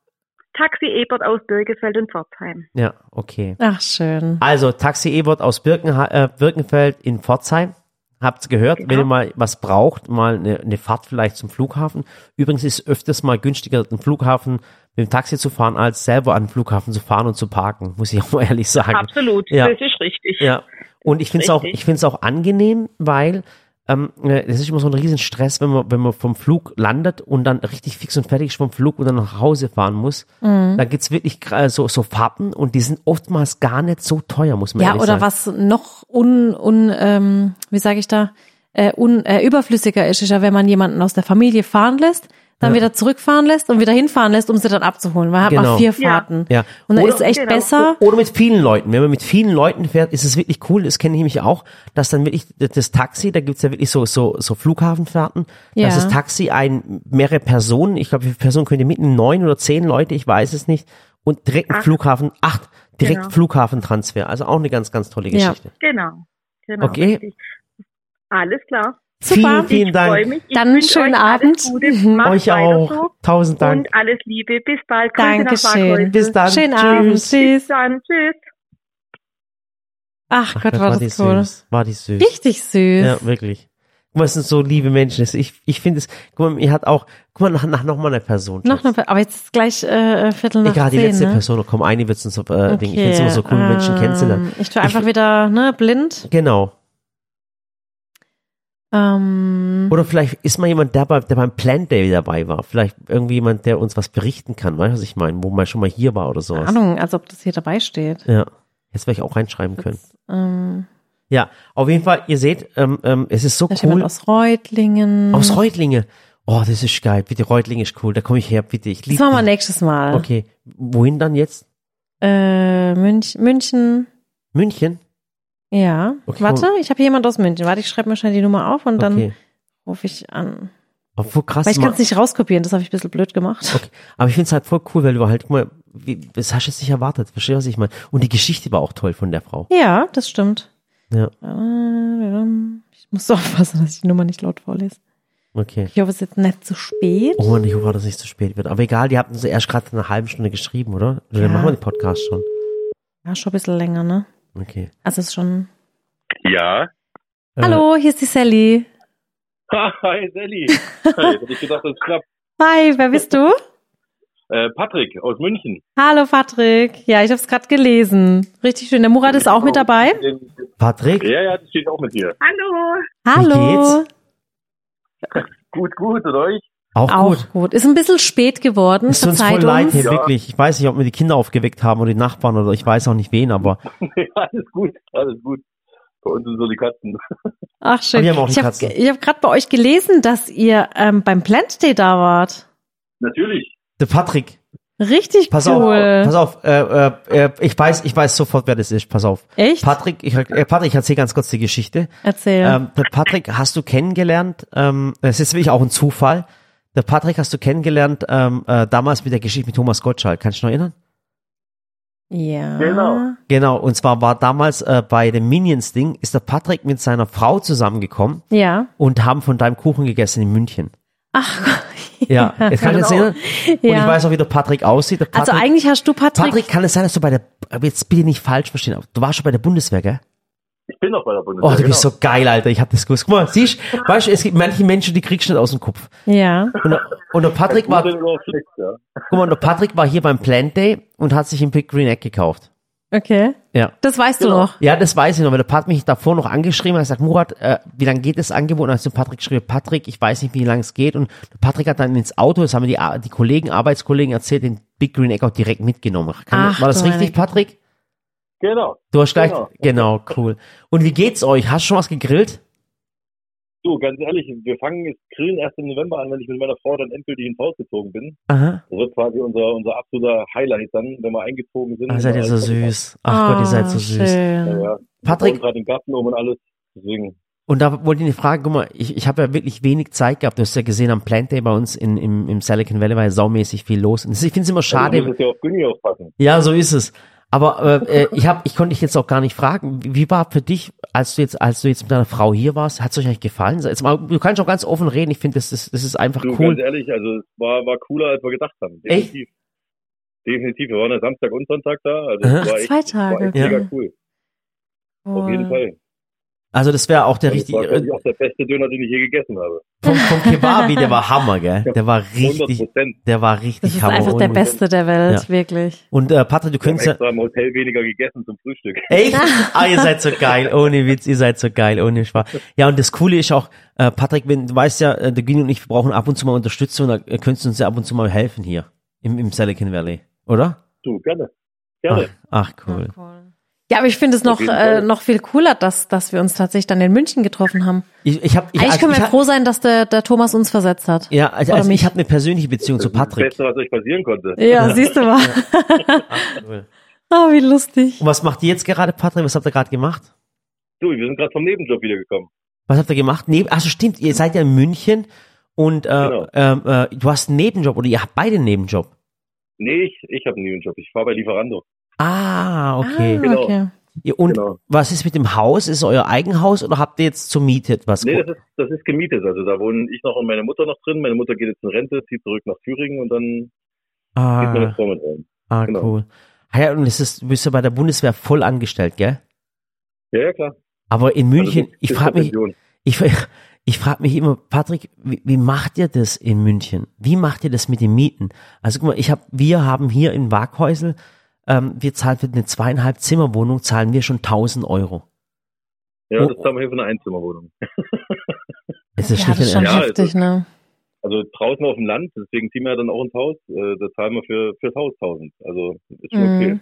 Taxi Ebert aus Birkefeld und Pforzheim.
Ja, okay.
Ach, schön.
Also Taxi Ebert aus Birkenha äh, Birkenfeld in Pforzheim. Habt's gehört,
Genau.
wenn ihr mal was braucht, mal eine, eine Fahrt vielleicht zum Flughafen. Übrigens ist öfters mal günstiger, den Flughafen mit dem Taxi zu fahren, als selber an den Flughafen zu fahren und zu parken, muss ich auch mal ehrlich sagen.
Absolut,
Ja.
das ist richtig.
Ja. Und ich finde es auch,
Richtig.
ich find's auch angenehm, weil ähm, äh, das ist immer so ein riesen Stress, wenn man, wenn man vom Flug landet und dann richtig fix und fertig ist vom Flug und dann nach Hause fahren muss. Da gibt's wirklich äh, so, so Fahrten und die sind oftmals gar nicht so teuer, muss man
Ja,
ehrlich
oder
sagen.
was noch un, un ähm, wie sage ich da, äh, un, äh, überflüssiger ist, ist ja, wenn man jemanden aus der Familie fahren lässt, dann wieder zurückfahren lässt und wieder hinfahren lässt, um sie dann abzuholen. Weil hat
Genau.
man vier
Ja.
Fahrten.
Ja.
Und dann
Oder-
ist es echt
Genau.
besser.
Oder mit vielen Leuten. Wenn man mit vielen Leuten fährt, ist es wirklich cool. Das kenne ich nämlich auch, dass dann wirklich das Taxi, da gibt's ja wirklich so, so, so Flughafenfahrten,
Ja.
dass das Taxi ein, mehrere Personen, ich glaube, wie viele Personen könnt ihr mitnehmen? Neun oder zehn Leute, ich weiß es nicht. Und direkt ein
Acht.
Flughafen, acht, direkt
Genau.
Flughafentransfer. Also auch eine ganz, ganz tolle
Ja.
Geschichte.
Genau. genau
Okay.
richtig. Alles klar.
Super.
Vielen, vielen
ich
Dank.
freue mich. Ich
Dann
wünsche
schönen
euch
Abend.
Alles Gute. Macht
Euch
weiter
auch.
So.
Tausend Dank.
Und alles Liebe. Bis bald. Grüße nach
Dankeschön.
Barkhäusl.
Bis dann.
Schönen
Tschüss.
Abend. Tschüss.
Bis dann. Tschüss.
Ach Gott, war das
die
cool.
süß. War die süß.
Richtig süß.
Ja, wirklich. Guck mal, es sind so liebe Menschen. Es- Ich, ich finde es, guck mal, ihr hat auch, guck mal, nach, nach noch mal eine Person.
Noch eine, aber jetzt ist gleich äh, Viertel nach
Egal, die
zehn,
letzte
ne?
Person. Komm, eine wird uns, äh, Ding. Ich finde es immer so cool, Menschen
ähm,
kennenzulernen.
Ich tue einfach wieder ne, blind.
Genau.
Ähm,
Oder vielleicht ist mal jemand dabei, der beim Plant Day dabei war. Vielleicht irgendwie jemand, der uns was berichten kann. Weißt du, was ich meine? Wo man schon mal hier war oder
keine
sowas.
Ahnung, als ob das hier dabei steht.
Ja. Jetzt werde ich auch reinschreiben können.
Ähm,
Ja, auf jeden Fall, ihr seht, ähm, ähm, es ist so
da ist
cool.
jemand aus Mhm. Reutlingen.
Aus Reutlinge. Oh, das ist geil. Bitte, Reutlinge ist cool. Da komme ich her, bitte. Ich
Das
liebe
machen wir nächstes Mal.
Okay. Wohin dann jetzt?
Äh, Münch, München.
München?
Ja.
Okay,
Warte, ich habe hier jemand aus München. Warte, ich schreibe mir schnell die Nummer auf und dann
okay.
rufe ich an.
Aber voll krass.
Weil ich
ma-
kann es nicht rauskopieren, das habe ich ein bisschen blöd gemacht.
okay. Aber ich finde es halt voll cool, weil du halt, guck mal, wie, das hast du jetzt nicht erwartet. Verstehst du, was ich meine? Und die Geschichte war auch toll von der Frau.
Ja, das stimmt.
Ja.
Ich muss so aufpassen, dass ich die Nummer nicht laut vorlese.
Okay.
Ich hoffe, es ist jetzt nicht zu spät.
Oh Mann, ich hoffe, dass es nicht zu spät wird. Aber egal, die habt uns erst gerade eine halbe Stunde geschrieben, oder? Oder
Ja.
dann machen wir den Podcast schon.
Ja, schon ein bisschen länger, ne?
Okay.
Also es ist schon.
Ja.
Äh,
Hallo, hier ist die Sally.
Ha, Hi, Sally. Hi, hätte ich gedacht, das klappt.
Hi, wer bist du?
Äh, Patrick aus München.
Hallo, Patrick. Ja, ich habe es gerade gelesen. Richtig schön. Der Murat ist auch mit dabei.
Den-
Patrick?
Ja, ja, das steht auch mit dir.
Hallo.
Hallo.
Gut, gut, und euch?
Auch,
Auch
gut.
gut. Ist ein bisschen spät geworden.
Es ist uns
Verzeiht
voll leid
uns.
hier,
Ja.
wirklich. Ich weiß nicht, ob wir die Kinder aufgeweckt haben oder die Nachbarn oder ich weiß auch nicht wen, aber
alles gut, alles gut. Bei uns sind so die Katzen.
Ach schön.
Aber wir haben auch eine
ich habe
Katze.
hab gerade bei euch gelesen, dass ihr ähm, beim Plant Day da wart.
Natürlich.
der Patrick,
Richtig
pass
cool.
auf, pass auf, äh, äh, äh, ich weiß, ich weiß sofort, wer das ist, pass auf.
Echt?
Patrick, ich, äh, Patrick, ich erzähl ganz kurz die Geschichte.
Erzähl.
Ähm, der Patrick hast du kennengelernt, ähm, es ist wirklich auch ein Zufall. Der Patrick hast du kennengelernt, ähm, äh, damals mit der Geschichte mit Thomas Gottschalk, kannst du dich noch erinnern? Ähm,
ja.
genau.
Genau, und zwar war damals äh, bei dem Minions-Ding, ist der Patrick mit seiner Frau zusammengekommen
Ja.
und haben von deinem Kuchen gegessen in München.
Ach,
Ja, jetzt kann ich jetzt
Genau.
erinnern. Und
Genau. Ja.
ich weiß auch, wie der Patrick aussieht. Der Patrick,
also eigentlich hast du Patrick.
Patrick, kann es sein, dass du bei der, aber jetzt bitte nicht falsch verstehen, aber du warst schon bei der Bundeswehr, gell?
Ich bin noch bei der
Oh,
Bundeswehr.
du bist so geil, Alter, ich hab das gewusst. Guck mal, siehst, weißt du, es gibt manche Menschen, die kriegst du nicht aus dem Kopf.
Ja.
Und, und der
Genau.
Patrick war, guck
War schlecht, ja.
mal, und der Patrick war hier beim Plant Day und hat sich einen Big Green Egg gekauft.
Okay.
Ja.
Das weißt
Genau.
du noch.
Ja, das weiß ich noch, weil der Patrick mich davor noch angeschrieben hat, hat gesagt, Murat, äh, wie lange geht das Angebot? Und dann hast du Patrick geschrieben, Patrick, ich weiß nicht, wie lange es geht. Und der Patrick hat dann ins Auto, das haben mir die, Ar- die Kollegen, Arbeitskollegen erzählt, den Big Green Egg auch direkt mitgenommen. Kann,
Ach,
war das
du
richtig,
meine
Patrick?
Genau.
Du hast gleich, genau.
Genau.
cool. Und wie geht's euch? Hast du schon was gegrillt?
Du, ganz ehrlich, wir fangen das Grillen erst im November an, wenn ich mit meiner Frau dann endgültig ins Haus gezogen bin.
Aha.
Das wird quasi unser, unser absoluter Highlight dann, wenn wir eingezogen sind.
Ach, Ah, seid ihr so süß. Ach Gott, ihr seid so süß.
Ja,
Ah, Schön.
ja.
Patrick-
Wir bauen gerade den Garten um und alles. Deswegen.
Und da wollte ich eine Frage, guck mal, ich, ich habe ja wirklich wenig Zeit gehabt. Du hast ja gesehen, am Plant Day bei uns in, im, im Silicon Valley war ja saumäßig viel los. Und das- ich finde es immer schade.
Also, du musst ja auf Günni aufpassen.
Ja, so ist es. Aber äh, äh, ich hab, ich konnte dich jetzt auch gar nicht fragen. Wie wie war für dich, als du jetzt, als du jetzt mit deiner Frau hier warst, hat's euch eigentlich gefallen? Jetzt mal, du kannst auch ganz offen reden. Ich finde, das ist, das ist einfach
Du, ganz
cool.
ehrlich, also es war, war cooler, als wir gedacht haben. Definitiv. Definitiv. Wir waren ja Samstag und Sonntag da. Also
Aha.
es war echt,
Zwei
war
Tage.
echt
Ja.
mega cool. Auf
Oh.
jeden Fall.
Also das wäre auch der
Also, das war,
richtige
glaube ich,
äh,
auch der beste Döner, den ich je gegessen habe.
vom, vom Kebabi, der war Hammer, gell? Der war
100
richtig,
Prozent.
der war
Das
richtig
ist
Hammer.
einfach der
Und-
Beste der Welt, wirklich.
Und äh, Patrick, du
Ich habe
könntest ja.
extra im Hotel weniger gegessen zum Frühstück.
Echt? Ah, ihr seid so geil, ohne Witz, ihr seid so geil, ohne Spaß. Ja, und das Coole ist auch, äh, Patrick, wenn, du weißt ja, äh, der Günni und ich brauchen ab und zu mal Unterstützung, da äh, könntest du uns ja ab und zu mal helfen hier im, im Silicon Valley, oder?
Du, gerne. Gerne.
Ach, ach cool.
Ja, aber ich finde es noch,
jeden
äh,
Fall.
noch viel cooler, dass, dass wir uns tatsächlich dann in München getroffen haben.
Ich, ich hab, ich,
Eigentlich
also
können
ich
wir
hab-
froh sein, dass der, der Thomas uns versetzt hat.
Ja, also,
Oder
also ich
mich.
habe eine persönliche Beziehung zu
Das ist Das
Patrick.
Beste, was euch passieren konnte.
Ja, siehst du mal.
Cool.
Ah, wie lustig.
Und was macht ihr jetzt gerade, Patrick? Was habt ihr gerade gemacht?
Du, wir sind gerade vom Nebenjob wiedergekommen.
Was habt ihr gemacht? Neben, also stimmt, ihr seid ja in München und äh,
Genau.
ähm, äh, du hast einen Nebenjob oder ihr habt beide einen Nebenjob.
Nee, ich, ich habe einen Nebenjob. Ich fahre bei Lieferando.
Ah, okay.
Ah,
Genau.
okay.
Ihr- und
Genau.
was ist mit dem Haus? Ist es euer Eigenhaus oder habt ihr jetzt vermietet was?
Nee, das ist, das ist gemietet. Also da wohnen ich noch und meine Mutter noch drin. Meine Mutter geht jetzt in Rente, zieht zurück nach Thüringen und dann geht meine
ah,
Frau mit rein.
ah
genau.
cool. Ah Ja, und es ist, du bist ja bei der Bundeswehr voll angestellt, gell?
Ja, ja, klar.
Aber in München,
Also,
ich
bis
frage
zur
mich,
Pension.
Ich, Ich frage mich immer, Patrick, wie, wie macht ihr das in München? Wie macht ihr das mit den Mieten? Also guck mal, ich hab, wir haben hier in Waghäusel, ähm, wir zahlen für eine zweieinhalb Zimmerwohnung, zahlen wir schon 1000 Euro.
Ja, das haben wir hier für eine Einzimmerwohnung.
Es ist
ja, das ist
schlicht und
schon
Ja,
heftig,
es
ne?
Also draußen auf dem Land, deswegen ziehen wir ja dann auch ins Haus, äh, da zahlen wir für, fürs Haus 1000. Also ist schon okay.
Mhm.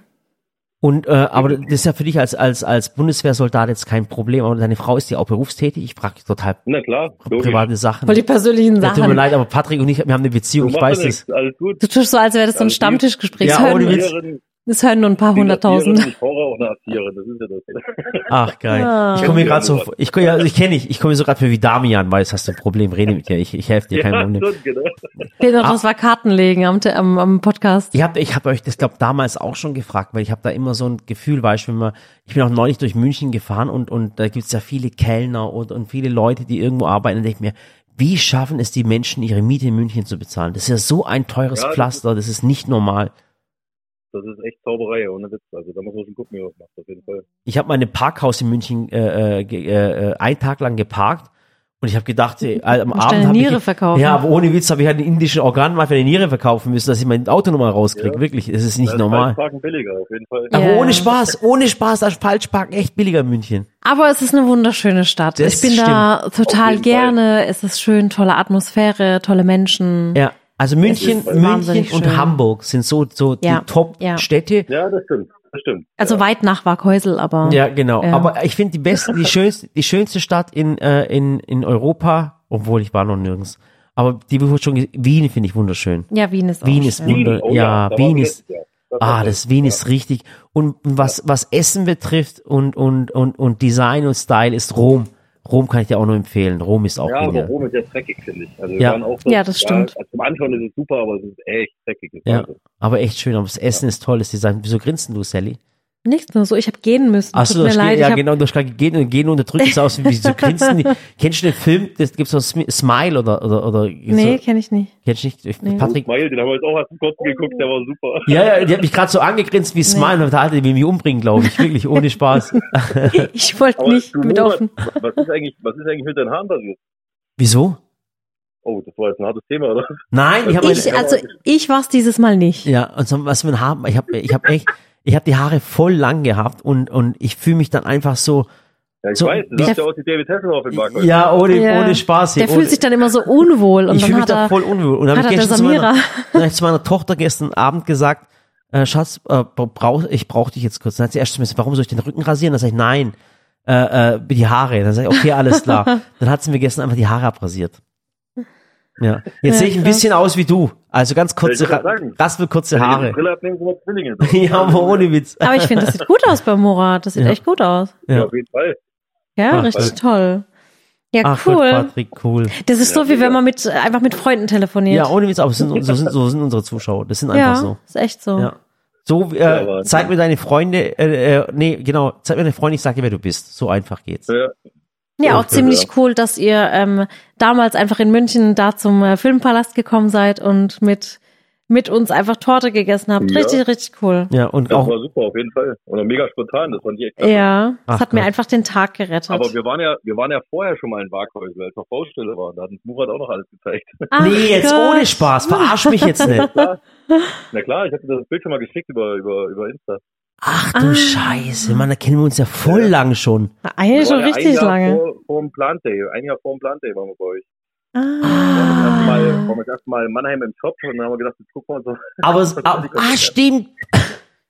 Und äh, aber das ist ja für dich als als als Bundeswehrsoldat jetzt kein Problem. Aber deine Frau ist ja auch berufstätig. Ich frage total
Na klar, logisch.
private Sachen.
Voll die persönlichen
Ja, tut mir
Sachen.
leid, aber Patrick und ich, wir haben eine
Du
Beziehung. Ich
machst
weiß
ja nichts,
es.
alles gut.
Du tust so, als wäre das so ein
Also die-
Stammtischgespräch.
Ja,
Das
ohne
hören,
Witz.
Erzieherin,
das hören nur ein paar
die Erzieherin,
hunderttausend.
Ich brauche auch eine Erzieherin, das ist ja das.
Ach geil.
Ja.
Ich komme mir gerade so, ich komm- ja, also ich kenne dich. Ich komme mir so gerade für wie Damian, weil es hast du ein Problem. Rede mit dir. Ich, ich helfe dir. Kein
ja,
Problem.
schon, genau.
Genau,
Ah.
das war Kartenlegen am, Te- am, am Podcast.
Ich habe ich hab euch das, glaube damals auch schon gefragt, weil ich habe da immer so ein Gefühl, weißt du, wenn man, ich bin auch neulich durch München gefahren und, und da gibt's ja viele Kellner und, und viele Leute, die irgendwo arbeiten. Und denk ich mir, wie schaffen es die Menschen, ihre Miete in München zu bezahlen? Das ist ja so ein teures
Ja, das
Pflaster, das ist nicht normal.
Das ist echt Zauberei, ohne Witz. Also da muss man schon gucken, wie man das macht, auf jeden Fall.
Ich habe meine Parkhaus in München äh, äh, ge- äh, äh, einen Tag lang geparkt und ich habe gedacht, äh, am
Musst deine
Abend habe ich...
Niere verkaufen.
Ja, aber ohne Witz habe ich halt einen indischen Organ mal für eine Niere verkaufen müssen, dass ich meine Autonummer rauskriege.
Ja.
Wirklich, es ist nicht
Da ist
normal.
halt Parken billiger, auf jeden Fall.
Ja.
Aber ohne Spaß, ohne Spaß, das Falschparken echt billiger in München.
Aber es ist eine wunderschöne Stadt.
Das
ich bin da
Auf
total
jeden
gerne. Es ist schön, tolle Atmosphäre, tolle Menschen.
Ja. Also München,
ist
München
wahnsinnig
und
schön.
Hamburg sind so, so
Ja,
die Top
ja.
Städte.
Ja, das stimmt, das stimmt.
Also weit nach Waghäusel, aber
Ja, genau.
Ja.
Aber ich finde die beste, die schönste, die schönste Stadt in, äh, in, in Europa, obwohl ich war noch nirgends. Aber die wurde schon, ge- Wien finde ich wunderschön.
Ja, Wien ist auch
Wien ist
schön.
Wien. Wunder- ja,
oh da waren
Wien
wir
ist-
letztes Jahr.
Ah,
war
das Wien ist richtig. Und was, was Essen betrifft und, und, und, und Design und Style ist Rom. Rom kann ich dir auch nur empfehlen. Rom ist auch
Ja, aber
genial.
Rom ist ja dreckig, finde ich. Also wir
Ja.
waren auch so,
Ja, das stimmt.
Ja, zum Anfang ist es super, aber es ist echt dreckig. Also, Das
Ja.
Ganze.
Aber echt schön. Aber das Essen ist toll, das Design. Wieso grinsen du, Sally?
Nichts nur so, ich habe gehen müssen.
Ach so,
Tut mir
das
leid,
geht,
ich
ja
hab,
genau, das kann gehen und gehen unterdrückt es aus, wie so grinsen. die- Kennst du den Film, das gibt's so ein Smi- Smile oder oder oder
Nee,
so,
kenne ich nicht.
kennst du nicht Ich-
Nee.
Patrick?
Mail, den haben wir jetzt auch erst kurz geguckt, der war super.
Ja, ja, die hat mich gerade so angegrinst wie Smile und da hat die will mich umbringen, glaube ich, wirklich ohne Spaß.
Ich wollte nicht
du,
mit
Murat,
offen.
Was ist eigentlich, was ist eigentlich mit deinen Haaren passiert?
Wieso?
Oh, das war jetzt ein hartes Thema, oder?
Nein, ich habe
Ich, also ich war's dieses Mal nicht.
ja, und so, was wir haben, ich habe ich habe echt ich habe die Haare voll lang gehabt und und ich fühle mich dann einfach so
Ja, ich
So,
weiß, du
wie-
sahst ja aus wie David Hasselhoff im Wagen.
ja, ohne
Ja.
ohne Spaß hier.
Der fühlt
ohne,
sich dann immer so unwohl und
ich
dann
fühle mich
hat
da
er,
voll unwohl. Und
hat
habe
er der
gestern zu
Samira.
meiner, dann hab ich zu meiner Tochter gestern Abend gesagt, äh, Schatz, äh, brauch, ich brauche dich jetzt kurz. Dann hat sie erst zu mir gesagt, warum soll ich den Rücken rasieren? Dann sage ich, nein, äh, äh, die Haare. Dann sage ich, okay, alles klar. dann hat sie mir gestern einfach die Haare abrasiert. Ja. Jetzt
Ja,
sehe ich ein
krass.
bisschen aus wie du. Also ganz kurze,
Soll ich das sagen?
raspelkurze
Wenn ich die
Haare.
Brille abnehmen, sind wir Zwillinge.
Ja, aber ohne Witz.
Aber ich finde, das sieht gut aus bei Morat. Das sieht
Ja. Ah,
echt gut aus.
Ja,
Ja.
auf jeden Fall.
Ja,
Ach,
richtig toll.
toll.
Ja,
Ach Gott,
cool.
Patrick, cool.
Das ist
Ja,
so, wie
mega.
wenn man mit, einfach mit Freunden telefoniert.
Ja, ohne Witz, aber so sind, so, sind, so sind unsere Zuschauer. Das sind einfach
Ja,
so.
ist echt so.
Ja. So,
Ja,
äh,
aber-
zeig mir deine Freunde, äh, äh, nee, genau, zeig mir deine Freunde, ich sag dir, wer du bist. So einfach geht's.
Ja,
Ja, auch
Ja.
ziemlich cool, dass ihr ähm, damals einfach in München da zum äh, Filmpalast gekommen seid und mit, mit uns einfach Torte gegessen habt.
Ja.
Richtig, richtig cool.
Ja, und
das
auch,
war super, auf jeden Fall. Und mega spontan, das fand ich echt
Ja,
klasse.
das
Ach
hat mir
Gott.
einfach den Tag gerettet.
Aber wir waren ja, wir waren ja vorher schon mal in Waghäusel, als wir auf Baustelle waren. Da hat uns Murat auch noch alles gezeigt.
Ach
nee, jetzt
Gott.
ohne Spaß, verarsch mich jetzt nicht.
Na klar, ich hatte das Bild schon mal geschickt über, über, über Insta.
Ach
Ah.
du Scheiße, Mann, da kennen wir uns ja voll lang schon.
Eigentlich schon
Wir waren ja
richtig
ein Jahr
lange.
Vor, vor dem Plant Day, ein Jahr vor dem Plant Day waren wir bei euch.
Ah.
Mal, waren wir das erste Mal in Mannheim im Shop und dann haben wir gedacht, jetzt gucken wir uns doch
Aber, es- ah, ah, stimmt.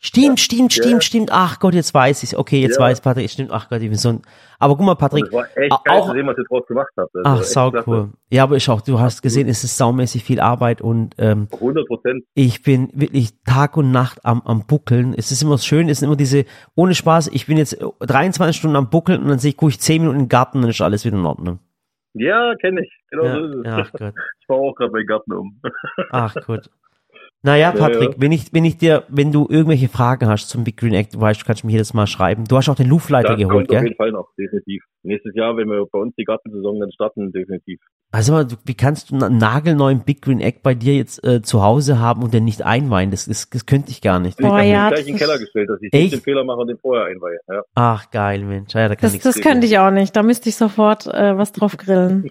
Stimmt, stimmt,
Ja.
stimmt, stimmt. Ach Gott, jetzt weiß ich's. Okay, jetzt
Ja.
weiß Patrick, es stimmt. Ach Gott, ich bin so ein, aber guck mal, Patrick.
Das war echt
Auch-
geil zu sehen, was ihr draus gemacht habt. Das war
Ach,
echt
sau
klasse.
cool. Ja, aber ich auch, du hast gesehen, es ist saumäßig viel Arbeit und, ähm,
100 Prozent.
ich bin wirklich Tag und Nacht am, am Buckeln. Es ist immer schön, es sind immer diese, ohne Spaß, ich bin jetzt 23 Stunden am Buckeln und dann sehe ich, gucke ich 10 Minuten in den Garten und dann ist alles wieder in Ordnung.
Ja, kenne ich. Genau
Ja,
so ist es.
ja, ach Gott,
Ich baue auch gerade meinen Garten um.
ach Gott. Naja,
Ja,
Patrick,
ja.
wenn ich, wenn ich dir, wenn du irgendwelche Fragen hast zum Big Green Act, du weißt, du kannst mir jedes Mal schreiben. Du hast auch den Luftleiter
Das
geholt,
kommt auf
gell?
jeden Fall noch, definitiv. Nächstes Jahr, wenn wir bei uns die Gartensaison dann starten, definitiv.
Also mal, du- wie kannst du einen nagelneuen Big Green Act bei dir jetzt äh, zu Hause haben und den nicht einweihen? Das, ist, das könnte ich gar nicht.
Ich
Oh, ja,
habe mich gleich
das
in den
ist-
Keller gestellt, dass ich
Echt?
nicht den Fehler mache und den vorher einweihe. Ja.
Ach geil, Mensch. Ja, da kann
Das,
nichts
das
gehen.
könnte ich auch nicht. Da müsste ich sofort äh, was drauf grillen.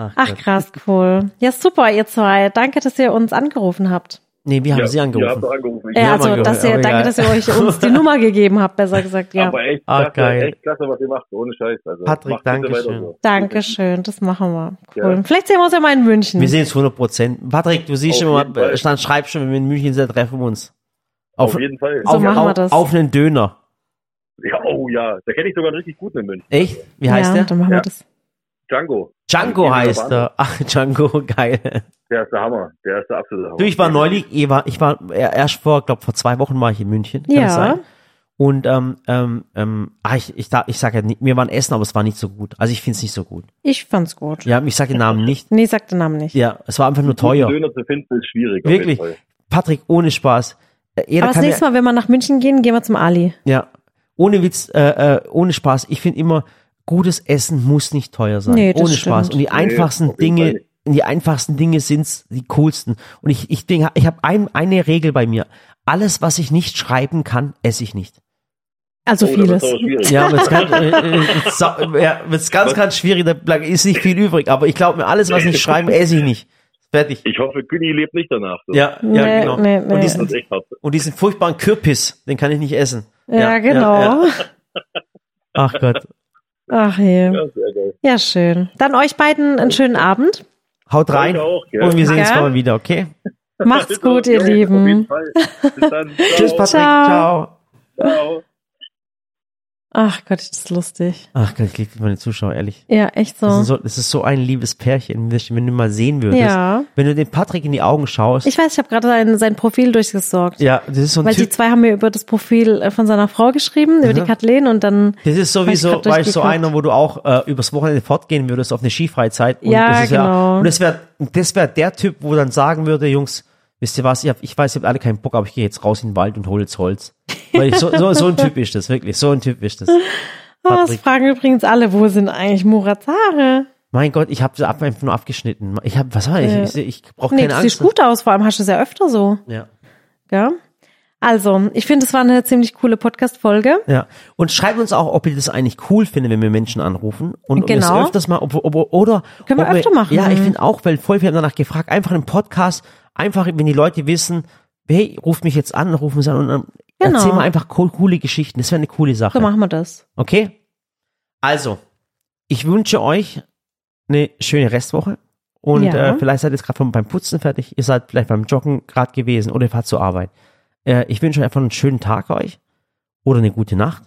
Ach, Ach krass, cool. Ja, super, ihr zwei. Danke, dass ihr uns angerufen habt.
Nee, wir haben
ja,
Sie
Ihr habt
angerufen.
doch angerufen.
Äh,
Ja,
also,
Mann,
dass ihr,
aber
danke,
egal.
dass ihr euch uns die Nummer gegeben habt, besser gesagt, ja.
Aber echt
Ah,
klasse,
geil.
echt klasse, was ihr macht, ohne Scheiß. Also,
Patrick,
macht bitte
Dankeschön.
weiter so.
Dankeschön, das machen wir. Cool.
Ja.
Vielleicht sehen wir uns ja mal in München.
Wir sehen uns 100 Prozent. Patrick, du siehst
Auf
schon,
jeden Fall.
dann schreib schon, wenn wir in München sind, treffen wir uns.
Auf jeden Fall.
So machen wir das.
auf einen Döner.
Ja, oh ja, da kenne ich sogar einen richtig guten in München.
Echt? Wie heißt
ja,
der?
Dann machen wir
Ja.
das.
Django.
Django
Ja,
heißt
Wahnsinn.
er. Ach, Django, geil.
Der ist der Hammer. Der ist der absolute Hammer.
Du, ich war neulich, ich war, ich war erst vor, glaube vor zwei Wochen war ich in München. Kann
Ja.
das sein? Und ähm, ähm, ähm, ah, ich, ich, da- ich sage ja nicht, mir waren Essen, aber es war nicht so gut. Also ich finde es nicht so gut.
Ich fand's gut.
Ja, ich sage den Namen nicht.
Nee, sag den Namen nicht.
Ja, es war einfach nur
Guten
teuer.
Döner zu finden ist schwierig. auf
Wirklich.
jeden Fall.
Patrick, ohne Spaß. Äh, Jeder
Aber das
kann mir-
nächste Mal, wenn wir nach München gehen, gehen wir zum Ali.
Ja, ohne Witz, äh, äh, ohne Spaß. Ich finde immer, gutes Essen muss nicht teuer sein.
Nee, das
ohne Spaß.
stimmt.
Und die einfachsten
auf jeden Fall
Dinge,
nicht.
die einfachsten Dinge sind's die coolsten. Und ich, ich denke, ich habe ein, eine Regel bei mir. Alles, was ich nicht schreiben kann, esse ich nicht.
Also
Oh, das
vieles.
ist aber schwierig.
Ja, wird's ganz, äh, äh, wird's sau- ja, wird's ganz, ganz schwierig, da bleib- ist nicht viel übrig. Aber ich glaube mir, alles, was ich nicht schreiben, esse ich nicht. Fertig.
Ich hoffe, Günni lebt nicht danach. So.
Ja, ja,
Nee,
genau.
nee, nee.
Und
Das ist
diesen,
echt hart.
und diesen furchtbaren Kürbis, den kann ich nicht essen.
Ja, genau.
ja. Ach Gott.
Ach je.
Ja, sehr geil.
Ja, schön. Dann euch beiden einen schönen Abend.
Haut rein.
Danke auch, gell?
Und wir sehen uns
Ja.
mal wieder, okay?
Macht's gut, ihr
Ja, Auf jeden
Lieben.
Fall. Bis dann.
Tschüss, Patrick.
Ciao.
Ciao.
Ciao.
Ach Gott, das ist lustig.
Ach Gott, ich liebe meine Zuschauer, ehrlich.
Ja, echt
Das, ist
so.
so, das ist so ein liebes Pärchen, wenn du mal sehen würdest.
Ja.
Wenn du den Patrick in die Augen schaust.
Ich weiß, ich habe gerade sein, sein Profil durchgesorgt.
ja, das ist so ein
Weil die
Typ.
zwei haben mir über das Profil äh, von seiner Frau geschrieben, über die
Mhm.
Kathleen und dann
Das ist
Hab
sowieso,
ich grad
weil so
durchgeguckt.
einer, wo du auch äh, übers Wochenende fortgehen würdest auf eine Skifreizeit. Und
Ja,
das ist
genau.
und das wäre das wär der Typ, wo dann sagen würde, Jungs, wisst ihr was, ich, hab, ich weiß, ihr habt alle keinen Bock, aber ich gehe jetzt raus in den Wald und hole jetzt Holz. Weil ich, so, so, so ein Typ ist das, wirklich. So ein Typ ist das.
Oh, es
Patrick.
fragen übrigens alle, wo sind eigentlich Murats Haare?
Mein Gott, ich habe sie ab- einfach nur abgeschnitten. Ich habe, was war ich?
Ja.
Ich, ich, ich brauche
Nee,
keine
das
Angst. ne?
sieht gut aus, vor allem hast du es ja öfter so,
Ja.
ja? Also, ich finde, es war eine ziemlich coole Podcast-Folge.
Ja. Und schreibt uns auch, ob ihr das eigentlich cool findet, wenn wir Menschen anrufen. Und ob wir das
Genau.
öfters mal, ob, ob, oder.
Können wir
ob
öfter machen.
Ja, ich finde auch, weil voll viele haben danach gefragt, einfach im Podcast, einfach, wenn die Leute wissen, hey, ruft mich jetzt an, rufen sie an und dann
Genau.
erzählen wir einfach co- coole Geschichten. Das wäre eine coole Sache.
So machen wir das.
Okay? Also, ich wünsche euch eine schöne Restwoche. Und
Ja.
äh, vielleicht seid ihr jetzt gerade vom- beim Putzen fertig, ihr seid vielleicht beim Joggen gerade gewesen oder ihr fahrt zur Arbeit. Äh, ich wünsche euch einfach einen schönen Tag euch oder eine gute Nacht.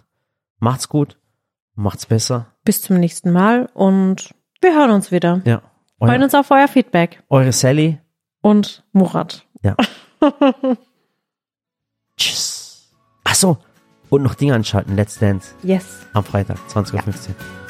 Macht's gut, macht's besser.
Bis zum nächsten Mal und wir hören uns wieder.
Ja.
Freuen
Euer,
uns auf euer Feedback
eure Sally.
und Murat.
Tschüss. Achso, und noch Dinge anschalten. Let's Dance
Yes.
am Freitag, 20.15 Uhr.